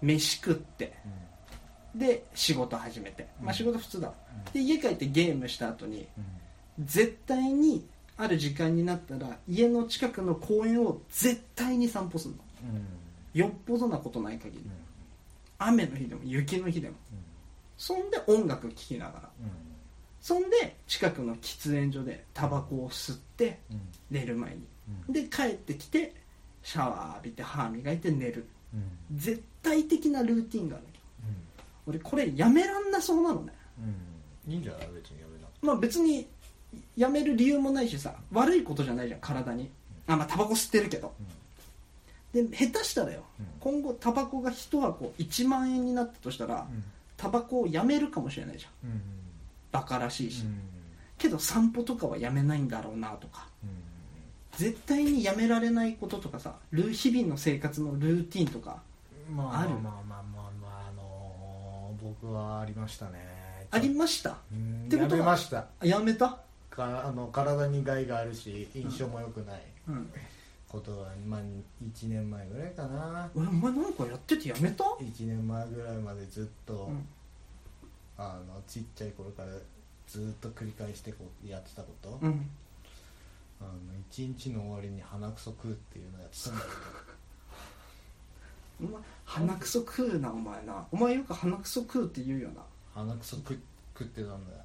A: 飯食ってで仕事始めて、まあ、仕事普通だわで家帰ってゲームした後に絶対にある時間になったら家の近くの公園を絶対に散歩するのよっぽどなことない限り、雨の日でも雪の日でもそんで音楽聴きながらそんで近くの喫煙所でタバコを吸って寝る前にで帰ってきてシャワー浴びて歯磨いて寝る絶対的なルーティンがある俺これやめらんなそうなのね
C: いいんじゃない別にやめな
A: まあ別にやめる理由もないしさ悪いことじゃないじゃん体にあまあタバコ吸ってるけどで下手したらよ
C: うん
A: 今後タバコが1箱1万円になったとしたらタバコをやめるかもしれないじゃんバカらしいしけど散歩とかはやめないんだろうなとか絶対にやめられないこととかさルー日々の生活のルーティンとか
C: まあまあまあまあまああの僕はありましたね
A: ありました
C: やめました
A: あやめた、
C: かあの体に害があるし印象も良くない
A: うん、
C: ことは、まあ、1年前ぐらいかな
A: 俺お前なんかやっててやめた、
C: 1年前ぐらいまでずっと、
A: うん
C: あのちっちゃい頃からずっと繰り返してこうやってたこと、
A: うん、
C: あの1日の終わりに鼻くそ食うっていうのやってたんだ
A: お前鼻くそ食うなお前なお前よく鼻くそ食うって言うよな
C: けど鼻くそ食食ってたんだよ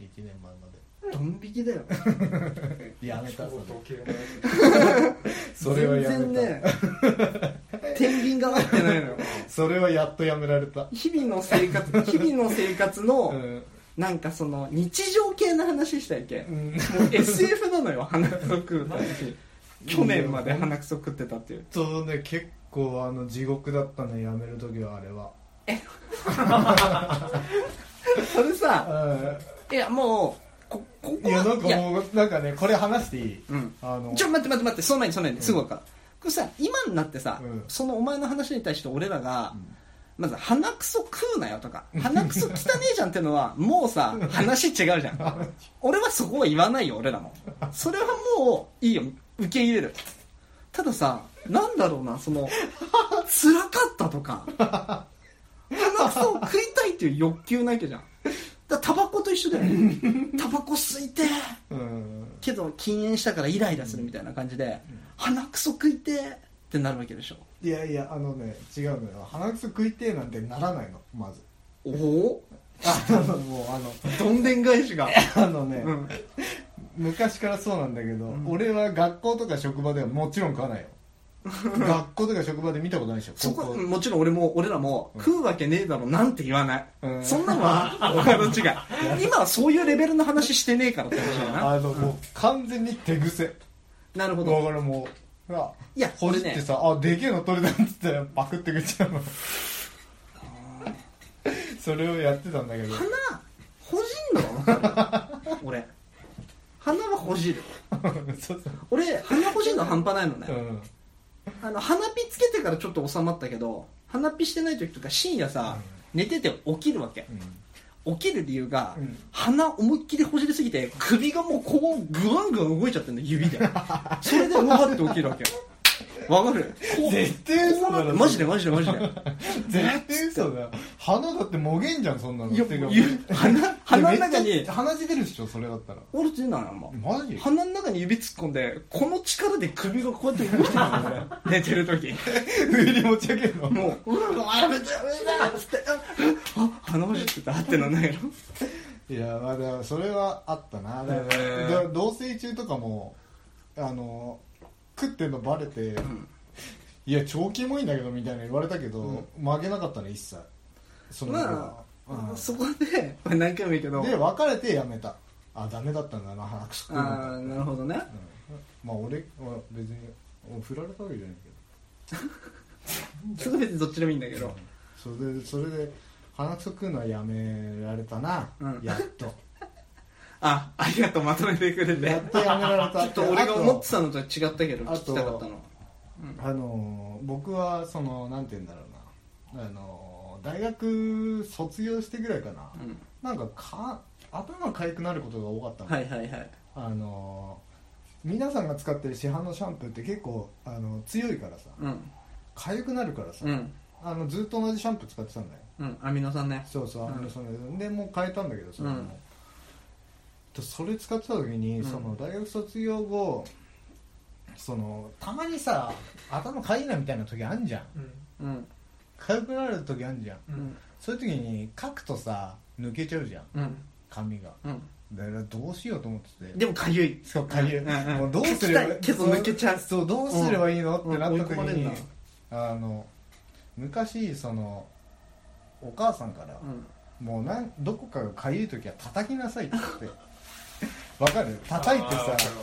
C: 1年前ま
A: ドン引きだよ
C: でやめた
B: 超
C: そ
B: 同
C: れ
B: 系のやつ
C: それはや
A: 全
C: めた、
A: 然ね天秤が合ってない のよ
C: それはやっとやめられた
A: 日々の生活日々の生活の、
C: うん、
A: なんかその日常系の話したいけ、
C: う
A: も
C: ん、
A: う SF なのよ鼻くそ食うって話去年まで鼻くそ食ってたっていう
C: そうね結構あの地獄だったねやめる時はあれは
A: それさ
C: う
A: いやもうここ
C: ん
A: こ
C: いやなん
A: い
C: かもうなんかねこれ話していい
A: うん
C: あの
A: ちょ待って待って待ってその前にその前にすぐ分かる、これさ今になってさ、
C: うん
A: そのお前の話に対して俺らが、まず鼻くそ食うなよとか鼻くそ汚ねえじゃんっての はもうさ話違うじゃん俺はそこは言わないよ俺らもそれはもういいよ受け入れるたださなんだろうなその辛かったとか鼻くそを食いたいっていう欲求なわけじゃんだからタバコと一緒だよ ねタバコ吸いてえ
C: うん
A: けど禁煙したからイライラするみたいな感じで、鼻くそ食いてーってなるわけでしょ
C: いやいやあのね違うのよ鼻くそ食いてえなんてならないのまず
A: おお
C: あのもうあの
A: どんでん返しが
C: あのね、
A: うん
C: 昔からそうなんだけど、俺は学校とか職場ではもちろん食 わないよ学校とか職場で見たことないでしょ
A: そこ
C: 高校
A: もちろん俺も俺らも、食うわけねえだろなんて言わない、
C: うん
A: そんなの は他の違い今はそういうレベルの話してねえからって話だな
C: あの、もう完全に手癖
A: なるほ
C: だ
A: ど
C: からもうほら
A: いや
C: ほじってさ、あでけえの取れたっつったらパクってくっちゃうのそれをやってたん だけど
A: 鼻ほじんのは分かるよ俺鼻はほじる
C: そうそう
A: 俺鼻ほじんの半端ないのね、
C: うん
A: あの鼻ピつけてからちょっと収まったけど鼻ピしてない時とか深夜さ、寝てて起きるわけ起きる理由が、
C: うん
A: 鼻思いっきりほじりすぎて首がもうこうグワングワン動いちゃってんの指 でそれでうわって起きるわけわかるこう
C: 絶対嘘だろ
A: マジでマジでマジで
C: 絶対嘘だよ鼻だってもげんじゃんそんなの
A: いや
C: てか
A: もうゆ鼻鼻の中
C: めっ
A: に
C: ちゃ鼻血出るでしょそれだったら
A: 俺って言うなよあんま
C: マジ
A: 鼻の中に指突っ込んでこの力で首がこうやって動いてるの俺寝てる 時
C: 上に持ち上げるの
A: もう「うわやめてやめて」っつって「あ鼻ほじってた」ってなんないの
C: いやまあだからそれはあったなだからだ同棲中とかもあの食ってんのバレて、いや超キモいんだけどみたいな言われたけど、曲げなかったね一切その子
A: ま
C: が、
A: あ、
C: うん
A: そこで、まあ、何回も言うけど
C: で別れてやめたあダメだったんだな鼻くそ食うの
A: ああなるほどね
C: まあ俺は別に俺振られたわけじゃないけど
A: そこ別にどっちでもいいんだけど
C: それでそれで鼻くそ食うのはやめられたな、
A: うん
C: やっと
A: あありがとうまとめてくれて
C: やっとやめられ た
A: ちょっと俺が思ってたのとは違ったけど
C: あ
A: 聞き
C: と
A: たかったの
C: あのー僕はそのなんて言うんだろうなあのー大学卒業してぐらいかな、
A: うん
C: なんかか頭かゆくなることが多かったの、
A: はいはいはい
C: あのー皆さんが使ってる市販のシャンプーって結構あの強いからさ
A: うん
C: かゆくなるからさ、
A: うん
C: あのずっと同じシャンプー使ってたんだよ
A: うんアミノ酸ね
C: そうそう、
A: うん
C: あのそのでもう変えたんだけどそれも、
A: うん
C: とそれ使ってた時に、
A: うん
C: その大学卒業後そのたまにさ頭かゆいなみたいな時あんじゃん
B: うん
A: うん
C: かゆくなる時あんじゃん
B: うん
C: そういう時に書くとさ抜けちゃうじゃん
A: うん
C: 髪が
A: うん
C: だからどうしようと思ってて
A: でもかゆい
C: そうかゆい、
A: うんうんうん
C: もうどうすれば
A: 書きたいけど抜けちゃう
C: そうどうすればいいの、
A: うん
C: ってなった
A: う
C: 時
A: ん追い込まれ
C: に
A: んな
C: あの昔そのお母さんから、
A: うん
C: もうなんどこかがかゆい時は叩きなさいって言ってわかる叩いて
B: あーわ
C: さ
B: かるわ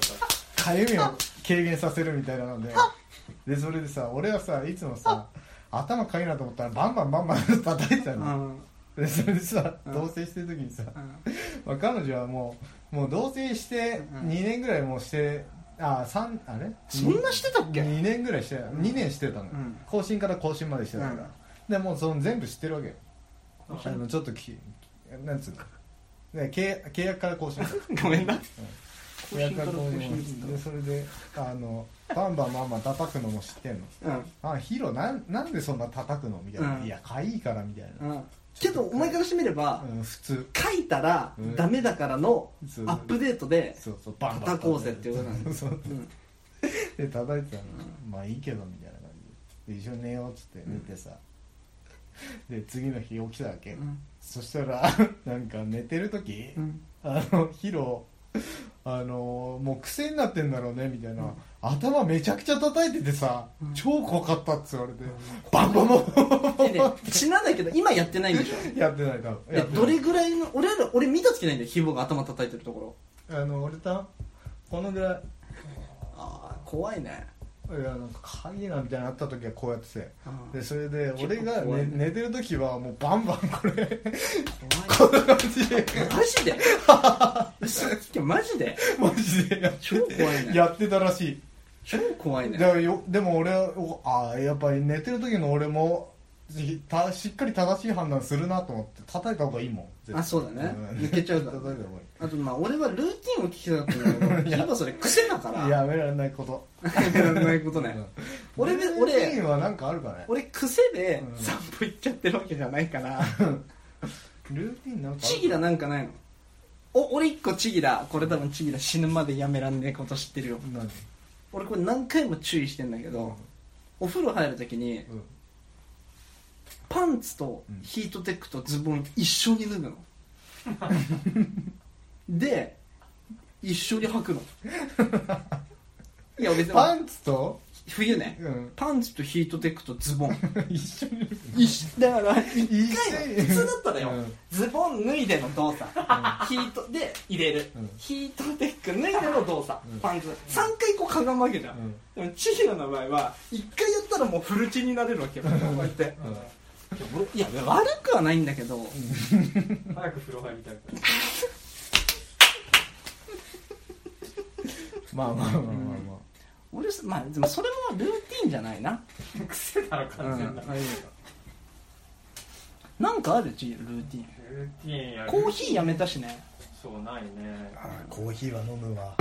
B: か
C: かゆみを軽減させるみたいなのででそれでさ俺はさいつもさ頭かゆいなと思ったらバンバンバンバン叩いてた
A: う
C: の、
A: ん
C: でそれでさ
A: うん
C: 同棲してる時にさ、
A: うん
C: まあ、彼女はもうもう同棲して
A: うん
C: 2年ぐらいもうしてあ三あれ
A: そんなしてたっけ
C: 2年ぐらいして2年してたの、
A: ん
C: 更新から更新までしてたから、
A: うん
C: でもうその全部知ってるわけよあのちょっときなんつうの、ね、契約契約から更新
A: ごめんな
C: 契約から更新でそれであのバンバンバンバン叩くのも知ってんの
A: うん
C: あヒロなんなんでそんな叩くのみたいな、
A: うん
C: いやかいいからみたいな、
A: うんけどお前からしてみれば
C: うん、普通
A: 書いたら
C: うん
A: ダメだからの
C: そう
A: アップデートで
C: そうそうバンバン
A: 叩こうぜっていうことなんだ
C: そう
A: うん
C: で叩いてたの、まあいいけどみたいな感じでで一緒に寝ようっつって寝てさ、で次の日起きたわけ、
A: うん
C: そしたらなんか寝てる時、
A: うん
C: あのヒロあのもう癖になってんだろうねみたいな、頭めちゃくちゃ叩いててさ、
A: うん
C: 超怖かったっつ言われて、バンバンバンバン
A: でね死なんだけど今やってないんでし ょ
C: やってない多分
A: え
C: やってな
A: ど
C: い
A: れぐらいの俺ら俺見たつけないんだよヒボが頭叩いてるところ
C: あの俺たこのぐらい
A: ああ怖いね
C: いやなんか鍵なんてなった時はこうやっててでそれで
A: 結構
C: 俺が、
A: 怖
C: ね、
A: い
C: 寝てる時はもうバンバンこ れ
A: 怖い
C: こんな感じで
A: マジで嘘つけマジで
C: マジでやって
A: 超怖いね
C: やってたらしい
A: 超怖い
C: だ
A: ね
C: からよでも俺はおああやっぱり寝てる時の俺もしたしっかり正しい判断するなと思って叩いた方がいいもん絶対
A: あそうだね
C: ん
A: 抜けちゃうから
C: 叩いた方がいい
A: あとまあ俺はルーティンを聞きたかったんだ けどやっぱそれ癖だから
C: やめられないこと
A: やらないことね俺ね
C: ルーティ
A: 俺
C: ンはなんかあるかね
A: 俺癖で
C: うん
A: 散歩行っちゃってるわけじゃない から
C: ルーティンなんかある
A: チギラなんかないのお俺一個チギラこれ多分チギラ死ぬまでやめらんねえこと知ってるよ
C: 何
A: 俺これ何回も注意してんだけど、お風呂入るときに
C: うん
A: パンツとヒートテックとズボン一緒に脱ぐので一緒に履 くのいや別に
C: パンツと、
A: 冬ね
C: うん、
A: パンツとヒートテックとズボン
C: 一緒に
A: 一緒だから一
C: 一
A: 回の普通だったらよ、
C: うん
A: ズボン脱いでの動作、ヒートで入れる、
C: うん
A: ヒートテック脱いでの動作、
C: うん
A: パンツ3回こうかがむわけじゃん、
C: うん
A: でも千尋の場合は1回やったらもうフルチンになれるわけよこうやっていや俺いや悪くはないんだけど、
B: 早く風呂入りたいか
C: まあまあまあまあま
A: 俺すまあでもそれもルーティンじゃないな、
B: ら癖だろ完全な
A: うんなんかあるちルーティン
B: ルーティンやる
A: コーヒーやめたしね
B: そうないね
C: あ、コーヒーは飲むわ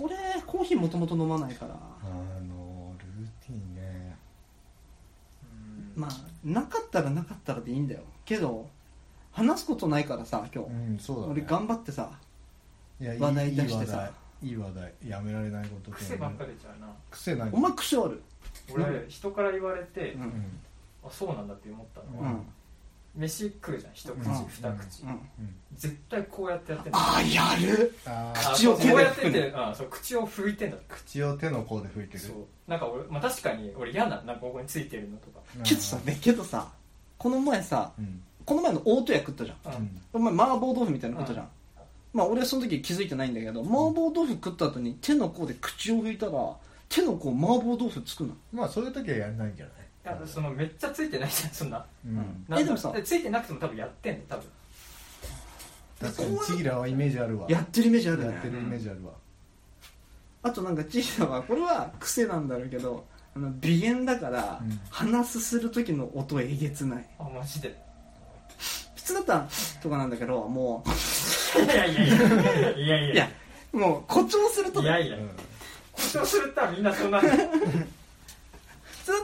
A: 俺コーヒーもともと飲まないから
C: あのルーティンね
B: うん
A: まあなかったらなかったらでいいんだよけど話すことないからさ今日、
C: うんそうだ、ね、
A: 俺頑張ってさ
C: いやいい
A: 話題出してさ
C: いい話題いい話題やめられないことって
B: 癖ばっか出ちゃうな
C: 癖ない
A: お前癖ある
B: 俺人から言われて、
A: う
C: うんん
B: あそうなんだって思ったの
A: う
B: は、
A: ん
B: 飯食うじゃん一口、
A: うん
B: 二口、
A: うん
C: うん
B: 絶対こうやってやってんの
A: ああやる
C: あ
B: あ
C: ー
A: 口を
B: こ
A: 手で
B: うや
A: 拭
B: っ
A: く
B: て
A: の
B: てあそう口を拭いてんだ
C: 口を手の甲で拭いてる
B: そうなんか俺、まあ、確かに俺嫌ななんかここについてるのとか
C: うん
A: けどさねけどさこの前さ
C: うん
A: この前の大戸屋食ったじゃん
B: あ
C: うん
A: お前麻婆豆腐みたいなことじゃん、まあ俺はその時気づいてないんだけど麻婆豆腐食った後に手の甲で口を拭いたら手の甲麻婆豆腐つくの
C: まあそういう時はやらないんじゃ
B: い
C: ない
B: やそのめっちゃついてないじゃんそんな
C: うん
B: なん
A: えでもさ
B: ついてなくても多分やってんの多分
C: 確かにチギラはイメージあるわ
A: やってるイメージある
C: や
A: よ
C: って
A: ね
C: るイメージあるわ
A: あとなんかちいさんはこれは癖なんだろうけどあの鼻炎だから
C: うん
A: 鼻すする時の音えげつない
B: あマジで
A: 普通だったらとかなんだけども
B: いやいやいやいや
A: う
B: い
A: いや
B: や
A: もう誇張すると
B: い
A: ね
B: やいや誇張するったらみんなそんなの
A: 普通だ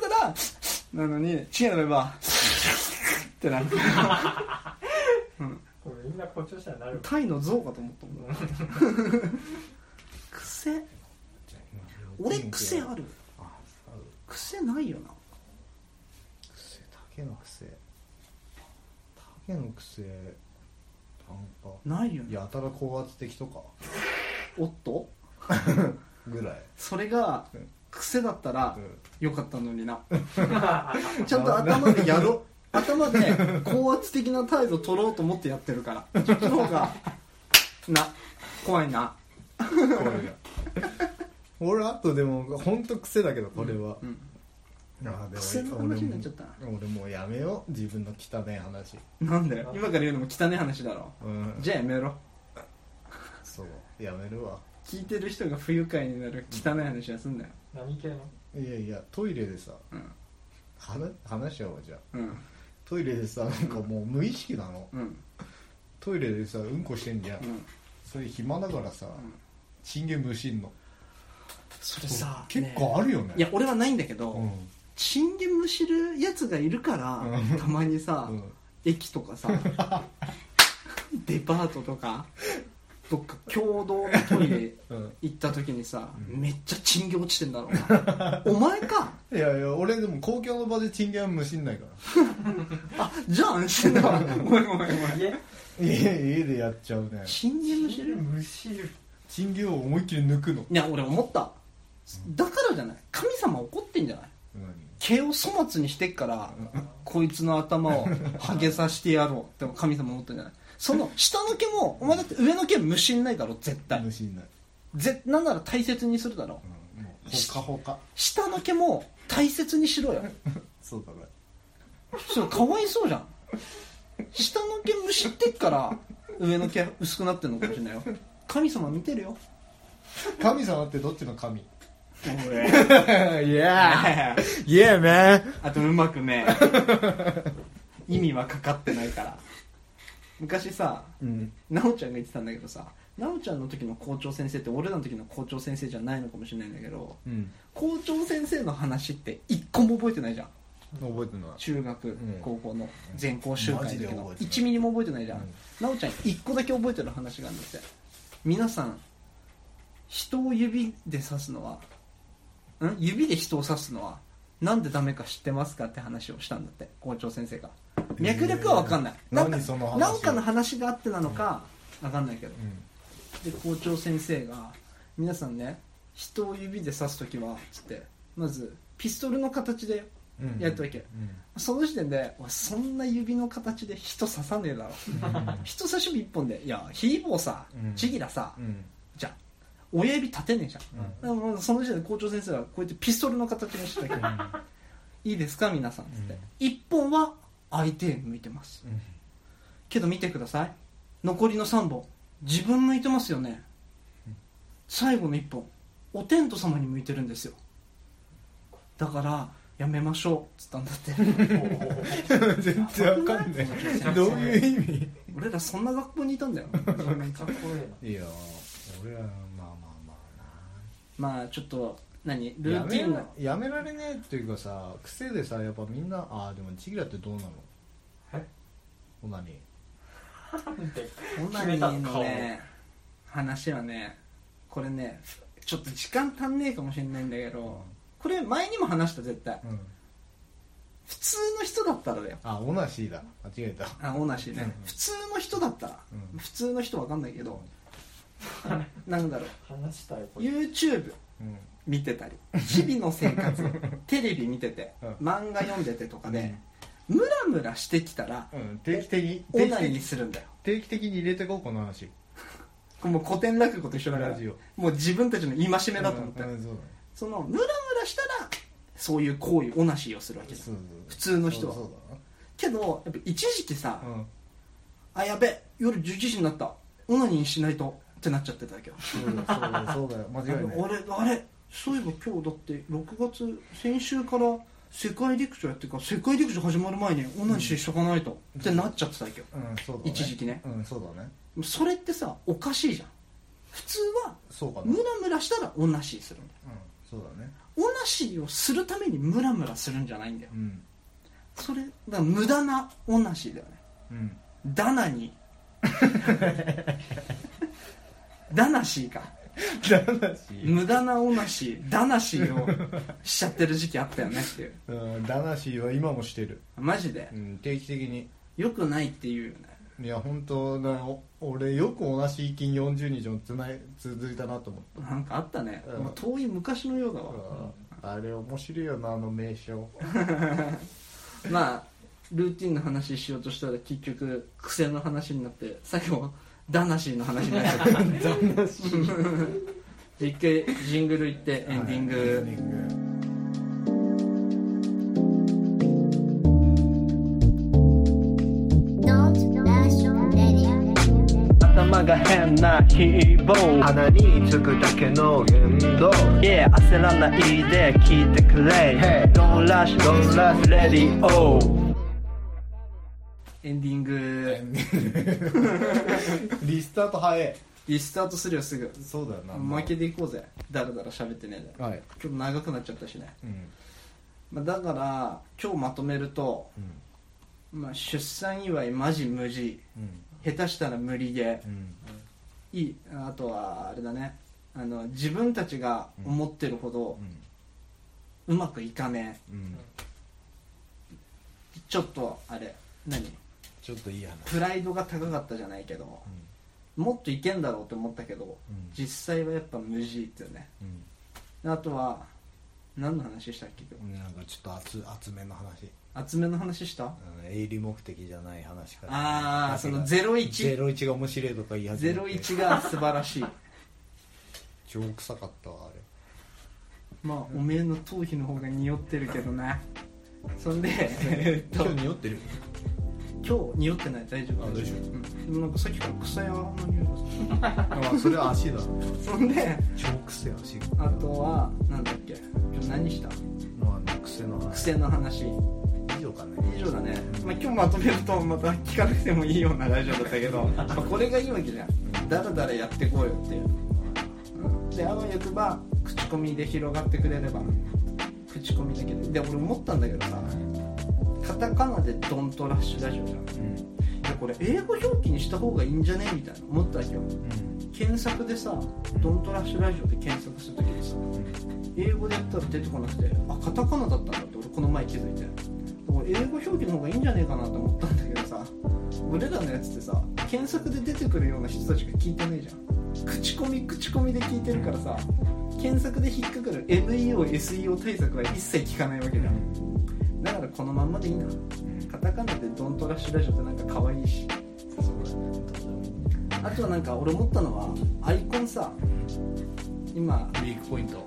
A: ったらなのにちいの場合はってなる
B: みんな誇張したらなる
A: タイの象かと思ったもん癖俺癖ある
C: あある
A: 癖ないよな
C: 癖竹の癖竹の癖なんか
A: ないよね
C: やたら高圧的とか
A: おっと
C: ぐらい、
A: それが
C: うん
A: 癖だったら
C: うん
A: よかったのに な
B: い
A: ちゃんと頭でやろ頭で高圧的な態度取ろうと思ってやってるからそっちの方がな怖いな
C: これが俺あとでも本当癖だけどこれは、
A: うん
C: あでも
A: 癖の話になっちゃったな
C: 俺も俺もうやめよう自分の汚い話
A: なんだよ今から言うのも汚い話だろ
C: うん
A: じゃあやめろ
C: そうやめるわ
A: 聞いてる人が不愉快になる汚い話はすんだよ
B: 何系の
C: いやいやトイレでさ
A: うん
C: 話話しちゃおうじゃあ
A: うん
C: トイレでさなんかもう無意識なの
A: うん
C: トイレでさうんこしてんじゃん、
A: うん
C: それ暇だからさ、
A: ん
C: チンゲン無視んの
A: それさ
C: 結
A: ね
C: 構あるよね
A: いや俺はないんだけど、
C: うん
A: チンゲむしるやつがいるから、
C: うん
A: たまにさ、
C: うん
A: 駅と かさデパートとかどっか共同のトイレ
C: うん
A: 行った時にさ、
C: うん
A: めっちゃチンゲ落ちてんだろうなお前か
C: いやいや俺でも公共の場でチンゲンは無視んないか
A: あじゃあ安心だわごめんごめんごめん
B: 家
C: ら家家でやっちゃうね
A: チンゲむしる
B: むしる
C: チンゲンを思いっきり抜くの
A: いや俺思っただからじゃない神様怒ってんじゃない毛を粗末にしてっからこいつの頭をハゲさしてやろうって神様思ったんじゃないその下の毛もお前だって上の毛無心ないだろ絶対
C: 無視んない、
A: ぜなんなら大切にするだろ
C: うんもほかほか
A: 下の毛も大切にしろよ
C: そうだね
A: ちょっとかわいそうじゃん下の毛むしってっから上の毛薄くなってんのかもしれないよ神様見てるよ
C: 神様ってどっちの神
A: いや
C: イエーメン
A: あとうまくね意味はかかってないから昔さ
C: うん
A: 奈緒ちゃんが言ってたんだけどさ奈緒ちゃんの時の校長先生って俺らの時の校長先生じゃないのかもしれないんだけど
C: うん
A: 校長先生の話って一個も覚えてないじゃん
C: 覚えてない
A: 中学、
C: ん
A: 高校の全校集会の
C: マジで
A: 時
C: 覚
A: の
C: えてない
A: 1ミリも覚えてないじゃん、
C: うん
A: なおちゃん1個だけ覚えてる話があるんだって皆さん人を指で指すのはん指で人を指すのはなんでダメか知ってますかって話をしたんだって校長先生が脈略は分かんない、
C: えー
A: なんか
C: 何その話
A: なんかの話があってなのか、分かんないけど、
C: うん
A: で校長先生が「皆さんね人を指で指す時は」つってまずピストルの形で
C: うん
A: やっといけ
C: う
A: その時点でおいそんな指の形で人刺さねえだろ
C: ん
A: 人差し指一本でいやひーぼーさ
C: うん
A: ちぎらさ、
C: うん
A: じゃあ親指立てねえじゃん、
C: うん
A: だからもうその時点で校長先生はこうやってピストルの形にしてたけど、いいですか皆さんっつって、
C: うん
A: 一本は相手へ向いてます
C: うん
A: けど見てください残りの3本自分向いてますよね最後の1本お天道様に向いてるんですよだからやめましょうっつったんだ って
C: 全然わかんないどういう意味
A: 俺らそんな学校にいたんだよ
B: かっこえ
C: いや俺らまあまあま
A: まあちょっと何
C: あな
A: ルーティンが
C: やめらやめられねえっていうかさ癖でさやっぱみんなああでもちぎらってどうなの
B: え
C: オナニ
B: えななんで
A: オナニー のね話はねこれねちょっと時間足んねえかもしれないんだけどこれ前にも話した絶対
C: ーうん
A: 普通の人だったらだよ
C: あオナシーだ間違えた
A: あオナシーね、
C: うん
A: 普通の人だったら、
C: うん
A: 普通の人わかんないけど、なんだろ
B: 話したよこ
A: う
B: れ
A: YouTube
C: うん
A: 見てたり日々の生 活テレビ見てて、
C: うん
A: 漫画読んでてとかで、ムラムラしてきたら
C: うん定期的に
A: オ
C: 定期
A: ナ
C: 的
A: ニー
C: に
A: するんだよ
C: 定期的に入れてこうこの話
A: これもう古典落語と一緒だから
C: ラジオ
A: もう自分たちの戒めだと思って、
C: うんうんそう
A: そのムラムラしたらそういう行為オナシーをするわけ
C: だ
A: じゃ
C: そ
A: ん
C: う
A: 普通の人は
C: そう
A: けどやっぱ一時期さ、
C: だなうん
A: あやべ夜11時になったオナニーしないとってなっちゃってたわけど
C: そうだそうだそうだよ間違いな い
A: あれあれそういえば今日だって6月先週から世界陸上やってるから世界陸上始まる前に同じしとかないと、ってなっちゃってたわけよ
C: うんそうだね
A: 一時期ね
C: うんそうだね
A: それってさおかしいじゃん普通は
C: そうかなうん
A: ムラムラしたらオナシーするんだよ
C: そうだね
A: オナシーをするためにムラムラするんじゃないんだよ
C: うん
A: それだから無駄なオナシーだよね
C: うん
A: ダナに ダナシーか
C: だし
A: 無駄なオナシーダナシーをしちゃってる時期あったよねっていう
C: うんだなしは今もしてる
A: マジで
C: うん定期的に
A: よくないっていうよね
C: いや本当だよ俺よく同じ金40日もつない続いたなと思って
A: なんかあったね、
C: うん
A: もう遠い昔のようだわ、
C: あれ面白いよなあの名称
A: まあルーティンの話しようとしたら結局癖の話になって最後ダナシーの話になっちゃったダナシー一回ジングル行ってエンディング、
C: エンディング
F: 頭が変な希望
G: 鼻につくだけの言動
F: Yeah 焦らないで聞いてくれ
G: Hey
F: Don't rush, don't rush, ready, oh
A: エンディング
C: リスタート早い
A: リスタートするよすぐ
C: そうだよな
A: 負けていこうぜだらだら喋ってねえで
C: はい
A: 今日長くなっちゃったしね、
C: うん
A: まあ、だから今日まとめると、まあ、出産祝いマジ無事
C: うん
A: 下手したら無理ゲー
C: うん
A: いいあとはあれだねあの自分たちが思ってるほど
C: うん
A: うまくいかね
C: うん
A: えちょっとあれ何
C: ちょっといい話
A: プライドが高かったじゃないけどもっといけんだろうって思ったけど
C: うん
A: 実際はやっぱ無事っていうね
C: うん
A: あとは何の話したっけ
C: うんなんかちょっと厚厚めの話
A: 厚めの話した
C: うん営利目的じゃない話から
A: あーその
C: ゼ
A: 01
C: ロ一が面白いとか言い始めて
A: 01が素晴らしい
C: 超臭かったわあれ
A: まあおめえの頭皮の方が匂ってるけどなそ んでえっ
H: 今
A: と
H: 日匂ってる
A: 今日匂ってない大丈夫
H: あ大丈夫
A: うん、でもなんかさっきから臭いあの匂いがす
H: あそれは足だ
A: るそんで
H: 超癖足
A: あとはなんだっけ今日何した
H: まあ癖の話
A: 癖の話
H: 以上かね
A: 以上だね、まあ、今日まとめるとまた聞かなくてもいいようなラジオだったけど、まあ、これがいいわけじゃんだらだらやってこうよっていう、うんであわよくば口コミで広がってくれれば口コミだけでで俺思ったんだけどさカタカナでドントラッシュラジオじゃんで
H: うん
A: これ英語表記にした方がいいんじゃねみたいな思ったわけよ検索でさ「ドントラッシュラジオ」で検索するときにさ英語でやったら出てこなくてあカタカナだったんだって俺この前気づいて俺英語表記の方がいいんじゃねえかなと思ったんだけどさ俺らのやつってさ検索で出てくるような人たちが聞いてないじゃん口コミ口コミで聞いてるからさ検索で引っかかる NEOSEO 対策は一切聞かないわけじゃんだからこのまんまでいいなカタカナで「ドントラッシュラジオ」ってなんか可愛いしあとはなんか俺思ったのはアイコンさ今
H: ウィークポイント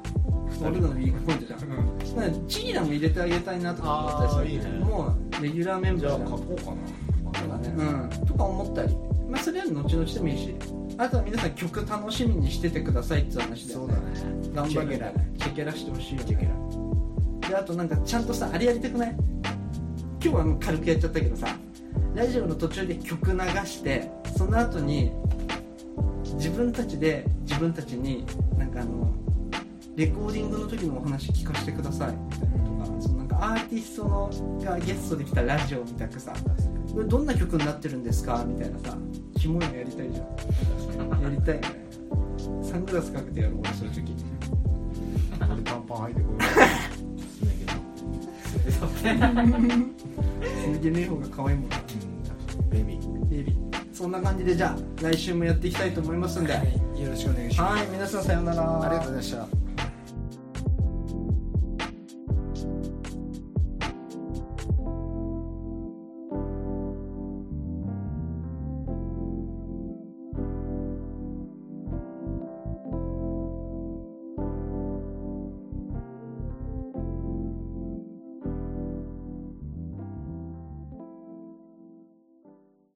A: 俺らのウィークポイントじゃんなんかジーラも入れてあげたいなとか思ったりする
H: あーいいね
A: もうレギュラーメン
H: じ
A: バ
H: ゃあ
A: ー
H: 書
A: じゃん
H: こうか
A: と
H: な
A: かね、うん、とか思ったり、まあ、それは後々でもいいしあとは皆さん曲楽しみにしててくださいって話だよね頑張ってチェケラしてほしいよ、ね、であとなんかちゃんとさあれやりたくない今日はもう軽くやっちゃったけどさラジオの途中で曲流してその後に自分たちで自分たちになんかあのレコーディングの時のお話聞かせてくださいみたいなとかそのなんかアーティストのがゲストで来たラジオみたくさこれどんな曲になってるんですかみたいなさキモいのやりたいじゃんやりたいよねサングラスかけてやろう俺そういう時
C: 俺パンパン履い てこ
A: 続けねえ方が可愛いもんな
H: ベビー
A: ベイビーそんな感じでじゃあ来週もやっていきたいと思いますんではい
H: よろしくお願いします
A: い皆さんさようなら
H: ありがとうございました